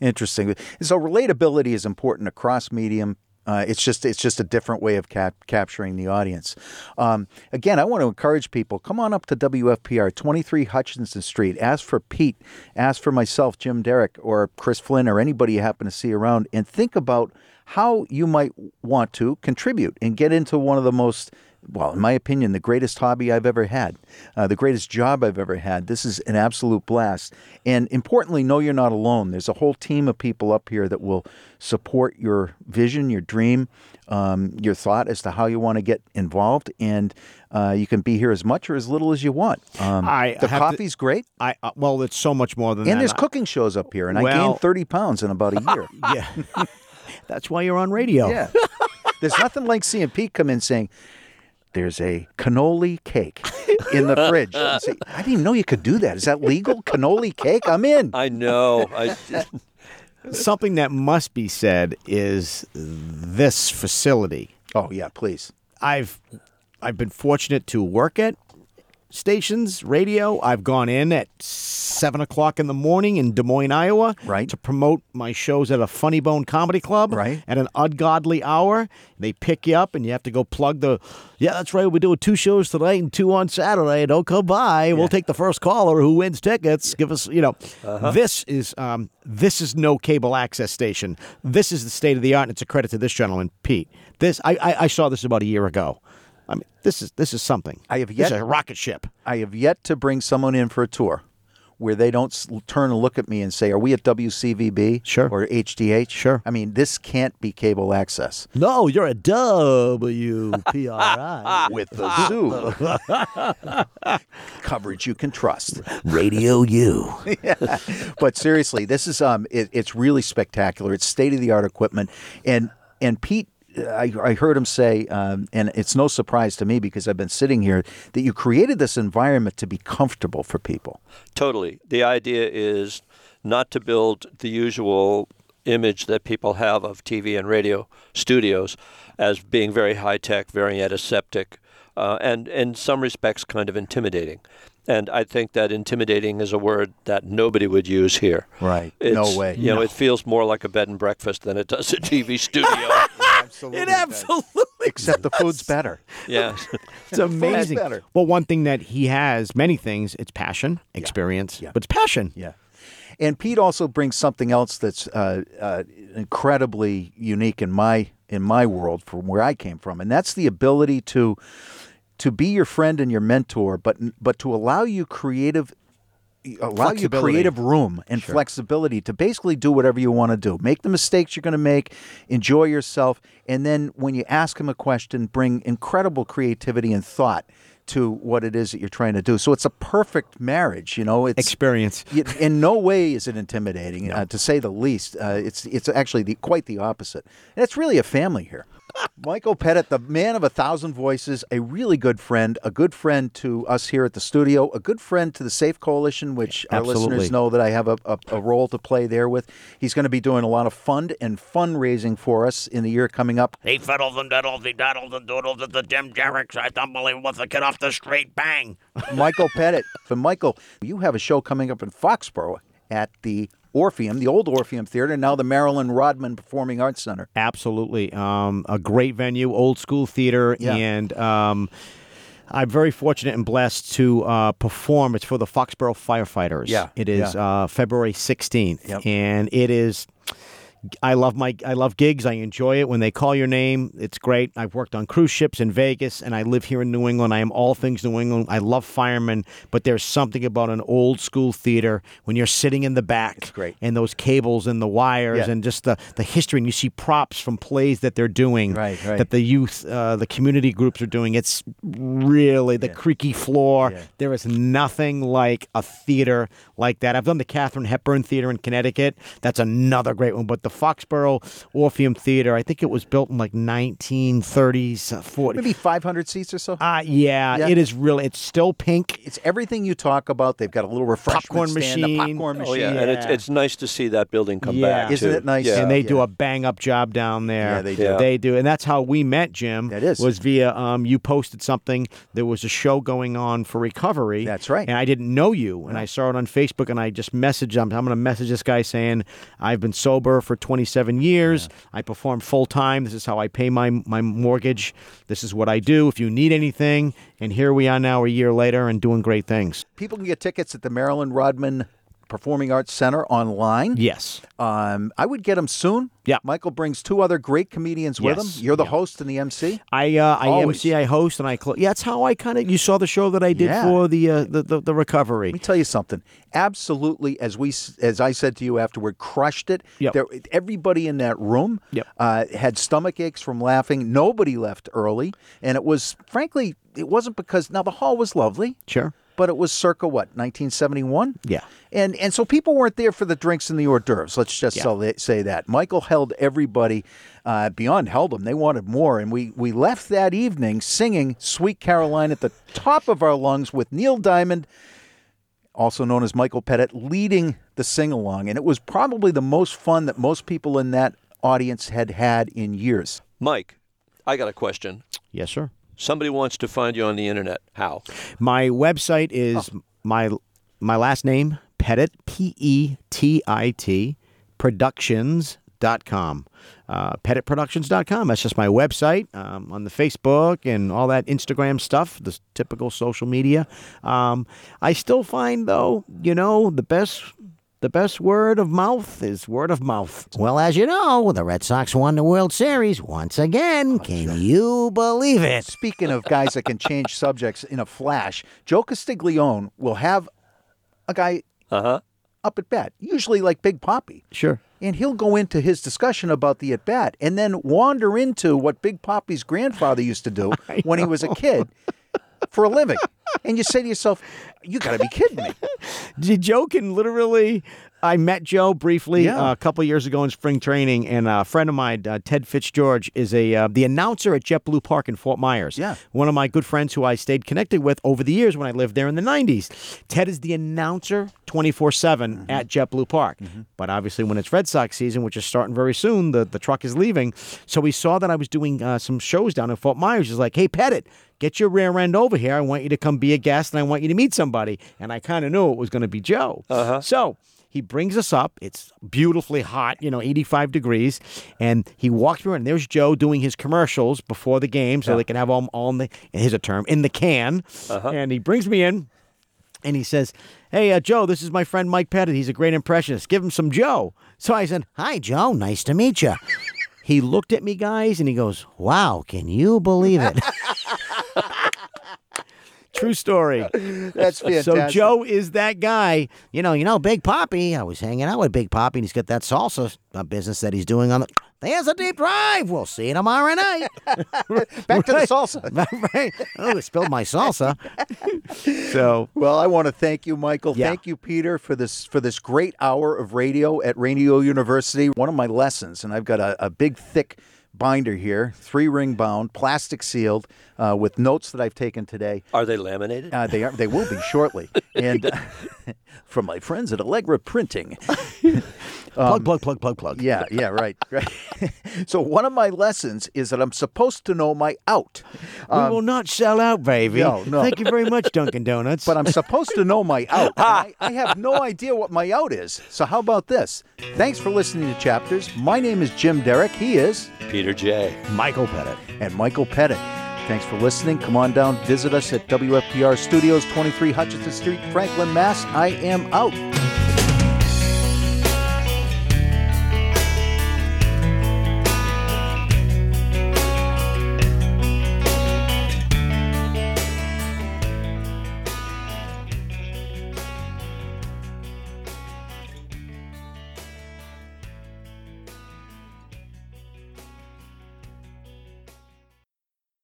[SPEAKER 1] Interesting. So relatability is important across medium. Uh, it's just it's just a different way of cap- capturing the audience. Um, again, I want to encourage people. Come on up to WFPR, 23 Hutchinson Street. Ask for Pete. Ask for myself, Jim Derrick, or Chris Flynn, or anybody you happen to see around, and think about how you might want to contribute and get into one of the most well, in my opinion, the greatest hobby I've ever had, uh, the greatest job I've ever had. This is an absolute blast. And importantly, know you're not alone. There's a whole team of people up here that will support your vision, your dream, um, your thought as to how you want to get involved. And uh, you can be here as much or as little as you want. Um,
[SPEAKER 6] I
[SPEAKER 1] the
[SPEAKER 6] have to-
[SPEAKER 1] coffee's great.
[SPEAKER 6] I uh, well, it's so much more than that.
[SPEAKER 1] And there's
[SPEAKER 6] I-
[SPEAKER 1] cooking shows up here. And I
[SPEAKER 6] Well-
[SPEAKER 1] gained 30 pounds in about a year.
[SPEAKER 3] Yeah. That's why you're on radio.
[SPEAKER 1] Yeah. There's nothing like seeing Pete come in saying, there's a cannoli cake in the fridge. And say, I didn't even know you could do that. Is that legal? Cannoli cake? I'm in.
[SPEAKER 2] I know. I,
[SPEAKER 6] something that must be said is this facility.
[SPEAKER 1] Oh, yeah, please.
[SPEAKER 6] I've I've been fortunate to work at stations, radio. I've gone in at seven o'clock in the morning in Des Moines, Iowa,
[SPEAKER 1] Right.
[SPEAKER 6] to promote my shows at a Funny Bone Comedy Club,
[SPEAKER 1] Right.
[SPEAKER 6] at an ungodly hour. They pick you up, and you have to go plug the. Yeah, that's right. We're doing two shows tonight and two on Saturday. Don't come by. We'll take the first caller who wins tickets. Give us, you know,
[SPEAKER 1] Uh-huh.
[SPEAKER 6] this is um, this is no cable access station. This is the state of the art, and it's a credit to this gentleman, Pete. This I, I, I saw this about a year ago. I mean, this is this is something.
[SPEAKER 1] I have
[SPEAKER 6] This
[SPEAKER 1] yet-
[SPEAKER 6] is a rocket ship.
[SPEAKER 1] I have yet to bring someone in for a tour where they don't s- turn and look at me and say, Are we at WCVB?
[SPEAKER 6] Sure.
[SPEAKER 1] Or HDH?
[SPEAKER 6] Sure.
[SPEAKER 1] I mean, this can't be cable access.
[SPEAKER 6] No, you're a WPRI.
[SPEAKER 1] With the zoo. Coverage you can trust.
[SPEAKER 5] Radio U.
[SPEAKER 1] but seriously, this is um, it, it's really spectacular. It's state of the art equipment, and and Pete. I, I heard him say, um, and it's no surprise to me because I've been sitting here, that you created this environment to be comfortable for people.
[SPEAKER 2] Totally. The idea is not to build the usual image that people have of TV and radio studios as being very high tech, very antiseptic, uh, and in some respects kind of intimidating. And I think that intimidating is a word that nobody would use here.
[SPEAKER 1] Right.
[SPEAKER 2] It's,
[SPEAKER 1] No way.
[SPEAKER 2] You know, it feels more like a bed and breakfast than it does a TV studio.
[SPEAKER 1] Absolutely. It absolutely. Except the food's better.
[SPEAKER 2] yes.
[SPEAKER 6] It's amazing.
[SPEAKER 1] better.
[SPEAKER 6] Well, one thing that he has, many things, it's passion, experience, but it's passion.
[SPEAKER 1] Yeah. And Pete also brings something else that's uh, uh, incredibly unique in my in my world from where I came from, and that's the ability to to be your friend and your mentor, but but to allow you creative allow you
[SPEAKER 6] Flexibility.
[SPEAKER 1] creative room and flexibility to basically do whatever you want to do. Make the mistakes you're going to make, enjoy yourself, and then when you ask him a question, bring incredible creativity and thought to what it is that you're trying to do. So it's a perfect marriage, you know. It's
[SPEAKER 6] Experience.
[SPEAKER 1] it, in no way is it intimidating, uh, to say the least. Uh, it's it's actually the, quite the opposite. And it's really a family here. Michael Pettit, the man of a thousand voices, a really good friend, a good friend to us here at the studio, a good friend to the Safe Coalition, which our listeners
[SPEAKER 6] Absolutely.
[SPEAKER 1] know that I have a, a, a role to play there with. He's going to be doing a lot of fund and fundraising for us in the year coming up.
[SPEAKER 4] He fiddles and diddles, he daddles and doodles at the Jim Jerrick site. Unbelievable, the kid off the street, bang.
[SPEAKER 1] Michael Pettit. But Michael, you have a show coming up in Foxborough at the Orpheum, the old Orpheum Theater, now the Marilyn Rodman Performing Arts Center.
[SPEAKER 6] Absolutely. Um, a great venue, old school theater.
[SPEAKER 1] Yeah.
[SPEAKER 6] And um, I'm very fortunate and blessed to uh, perform. It's for the Foxborough Firefighters.
[SPEAKER 1] Yeah,
[SPEAKER 6] It is
[SPEAKER 1] yeah.
[SPEAKER 6] uh, February 16th.
[SPEAKER 1] Yep.
[SPEAKER 6] And it is. I love my I love gigs. I enjoy it when they call your name. It's great. I've worked on cruise ships in Vegas, and I live here in New England. I am all things New England. I love firemen, but there's something about an old school theater when you're sitting in the back,
[SPEAKER 1] great.
[SPEAKER 6] and those cables and the wires
[SPEAKER 1] Yeah.
[SPEAKER 6] and just the the history. And you see props from plays that they're doing,
[SPEAKER 1] Right, right.
[SPEAKER 6] that the youth, uh, the community groups are doing. It's really the creaky floor. There is nothing like a theater like that. I've done the Katherine Hepburn Theater in Connecticut. That's another great one. But the the Foxborough Orpheum Theater. I think it was built in like 1930s, uh, 40s.
[SPEAKER 1] Maybe 500 seats or so.
[SPEAKER 6] Uh, yeah,
[SPEAKER 1] Yeah.
[SPEAKER 6] it is really. It's still pink.
[SPEAKER 1] it's everything you talk about. They've got a little refreshment
[SPEAKER 6] Popcorn
[SPEAKER 1] stand,
[SPEAKER 6] machine.
[SPEAKER 1] a popcorn machine.
[SPEAKER 2] Oh yeah, and it's
[SPEAKER 6] Yeah.
[SPEAKER 2] it's nice to see that building come
[SPEAKER 6] Yeah.
[SPEAKER 2] back.
[SPEAKER 1] Isn't
[SPEAKER 2] too.
[SPEAKER 1] it nice?
[SPEAKER 2] Yeah.
[SPEAKER 6] and they do
[SPEAKER 1] yeah.
[SPEAKER 6] a bang up job down there.
[SPEAKER 1] Yeah, they do.
[SPEAKER 6] They do, and that's how we met Jim.
[SPEAKER 1] That is.
[SPEAKER 6] was via um, you posted something. There was a show going on for recovery.
[SPEAKER 1] That's right.
[SPEAKER 6] And I didn't know you, and I saw it on Facebook, and I just messaged him. I'm going to message this guy saying I've been sober for 27 years. I perform full time. This is how I pay my my mortgage. This is what I do. If you need anything, and here we are now, a year later, and doing great things.
[SPEAKER 1] People can get tickets at the Maryland Rodman Performing Arts Center online.
[SPEAKER 6] Yes.
[SPEAKER 1] Um, I would get them soon.
[SPEAKER 6] Yeah.
[SPEAKER 1] Michael brings two other great comedians with
[SPEAKER 6] Yes.
[SPEAKER 1] him. You're the host and the MC.
[SPEAKER 6] I uh, I
[SPEAKER 1] Always.
[SPEAKER 6] MC, I host, and I close. Yeah, that's how I kind of. You saw the show that I did
[SPEAKER 1] Yeah.
[SPEAKER 6] for the, uh, the the the recovery.
[SPEAKER 1] Let me tell you something. Absolutely, as we s- as I said to you afterward, crushed it.
[SPEAKER 6] Yep.
[SPEAKER 1] There, everybody in that room
[SPEAKER 6] Yep.
[SPEAKER 1] uh, had stomach aches from laughing. Nobody left early, and it was frankly it wasn't because now the hall was lovely.
[SPEAKER 6] Sure.
[SPEAKER 1] But it was circa what 1971.
[SPEAKER 6] Yeah.
[SPEAKER 1] and and so people weren't there for the drinks and the hors d'oeuvres. Let's just sell that- say that Michael held everybody uh, beyond held them. They wanted more, and we we left that evening singing "Sweet Caroline" at the top of our lungs with Neil Diamond, also known as Michael Pettit, leading the sing along, and it was probably the most fun that most people in that audience had had in years.
[SPEAKER 2] Mike, I got a question.
[SPEAKER 6] Yes, sir.
[SPEAKER 2] Somebody wants to find you on the internet. How?
[SPEAKER 6] My website is
[SPEAKER 3] Oh.
[SPEAKER 6] my my last name Pettit P E T I T Productions. Dot com, uh, petitproductions.com. That's just my website um, on the Facebook and all that Instagram stuff, the typical social media. Um, I still find though, you know, the best the best word of mouth is word of mouth.
[SPEAKER 3] Well, as you know, the Red Sox won the World Series once
[SPEAKER 6] Oh,
[SPEAKER 3] again. Can you believe it?
[SPEAKER 1] Speaking of guys that can change subjects in a flash, Joe Castiglione will have a guy
[SPEAKER 2] Uh-huh.
[SPEAKER 1] up at bat, usually like Big Poppy.
[SPEAKER 6] Sure.
[SPEAKER 1] And he'll go into his discussion about the at bat and then wander into what Big Poppy's grandfather used to do when he was a kid for a living. And you say to yourself, you got to be kidding me.
[SPEAKER 6] J- Joe can literally. I met Joe briefly
[SPEAKER 1] Yeah.
[SPEAKER 6] uh, a couple years ago in spring training, and a friend of mine, uh, Ted Fitzgeorge, is a uh, the announcer at JetBlue Park in Fort Myers.
[SPEAKER 1] Yeah.
[SPEAKER 6] one of my good friends who I stayed connected with over the years when I lived there in the '90s. Ted is the announcer 24 seven at JetBlue Park, but obviously when it's Red Sox season, which is starting very soon, the the truck is leaving. So he saw that I was doing uh, some shows down in Fort Myers. He's like, "Hey, Pettit, get your rear end over here. I want you to come be a guest and I want you to meet somebody. And I kind of knew it was going to be Joe. So he brings us up. It's beautifully hot, you know, 85 degrees. And he walks through, and there's Joe doing his commercials before the game so they can have all, all in the, here's a term, in the can. And he brings me in and he says, Hey, uh, Joe, this is my friend Mike Pettit. He's a great impressionist. Give him some Joe. So I said,
[SPEAKER 3] Hi, Joe. Nice to meet you.
[SPEAKER 6] He looked at me, guys, and he goes,
[SPEAKER 3] Wow, can you believe it?
[SPEAKER 6] True story.
[SPEAKER 1] That's fantastic.
[SPEAKER 6] So Joe is that guy.
[SPEAKER 3] You know, you know, Big Poppy. I was hanging out with Big Poppy, and he's got that salsa uh, business that he's doing on the. There's a deep drive. We'll see you tomorrow night.
[SPEAKER 1] back to the salsa.
[SPEAKER 3] right? Oh, I spilled my salsa.
[SPEAKER 6] So
[SPEAKER 1] Well, I want to thank you, Michael.
[SPEAKER 6] Yeah.
[SPEAKER 1] Thank you, Peter, for this for this great hour of radio at Radio University. One of my lessons, and I've got a, a big, thick binder here, three ring bound, plastic sealed, uh, with notes that I've taken today.
[SPEAKER 2] Are they laminated?
[SPEAKER 1] Uh, they are. They will be shortly. And uh, from my friends at Allegra Printing. Um,
[SPEAKER 3] Plug, plug, plug, plug, plug.
[SPEAKER 1] Yeah, yeah, right, right. so one of my lessons is that I'm supposed to know my out,
[SPEAKER 6] we will not sell out, baby.
[SPEAKER 1] No, no.
[SPEAKER 6] Thank you very much, Dunkin' Donuts.
[SPEAKER 1] but I'm supposed to know my out. and I, I have no idea what my out is. So how about this? Thanks for listening to Chapters. My name is Jim Derrick. He is,
[SPEAKER 2] Peter J.
[SPEAKER 6] Michael Pettit.
[SPEAKER 1] and Michael Pettit. Thanks for listening. Come on down, visit us at WFPR Studios, 23 Hutchinson Street, Franklin, Mass. I am out.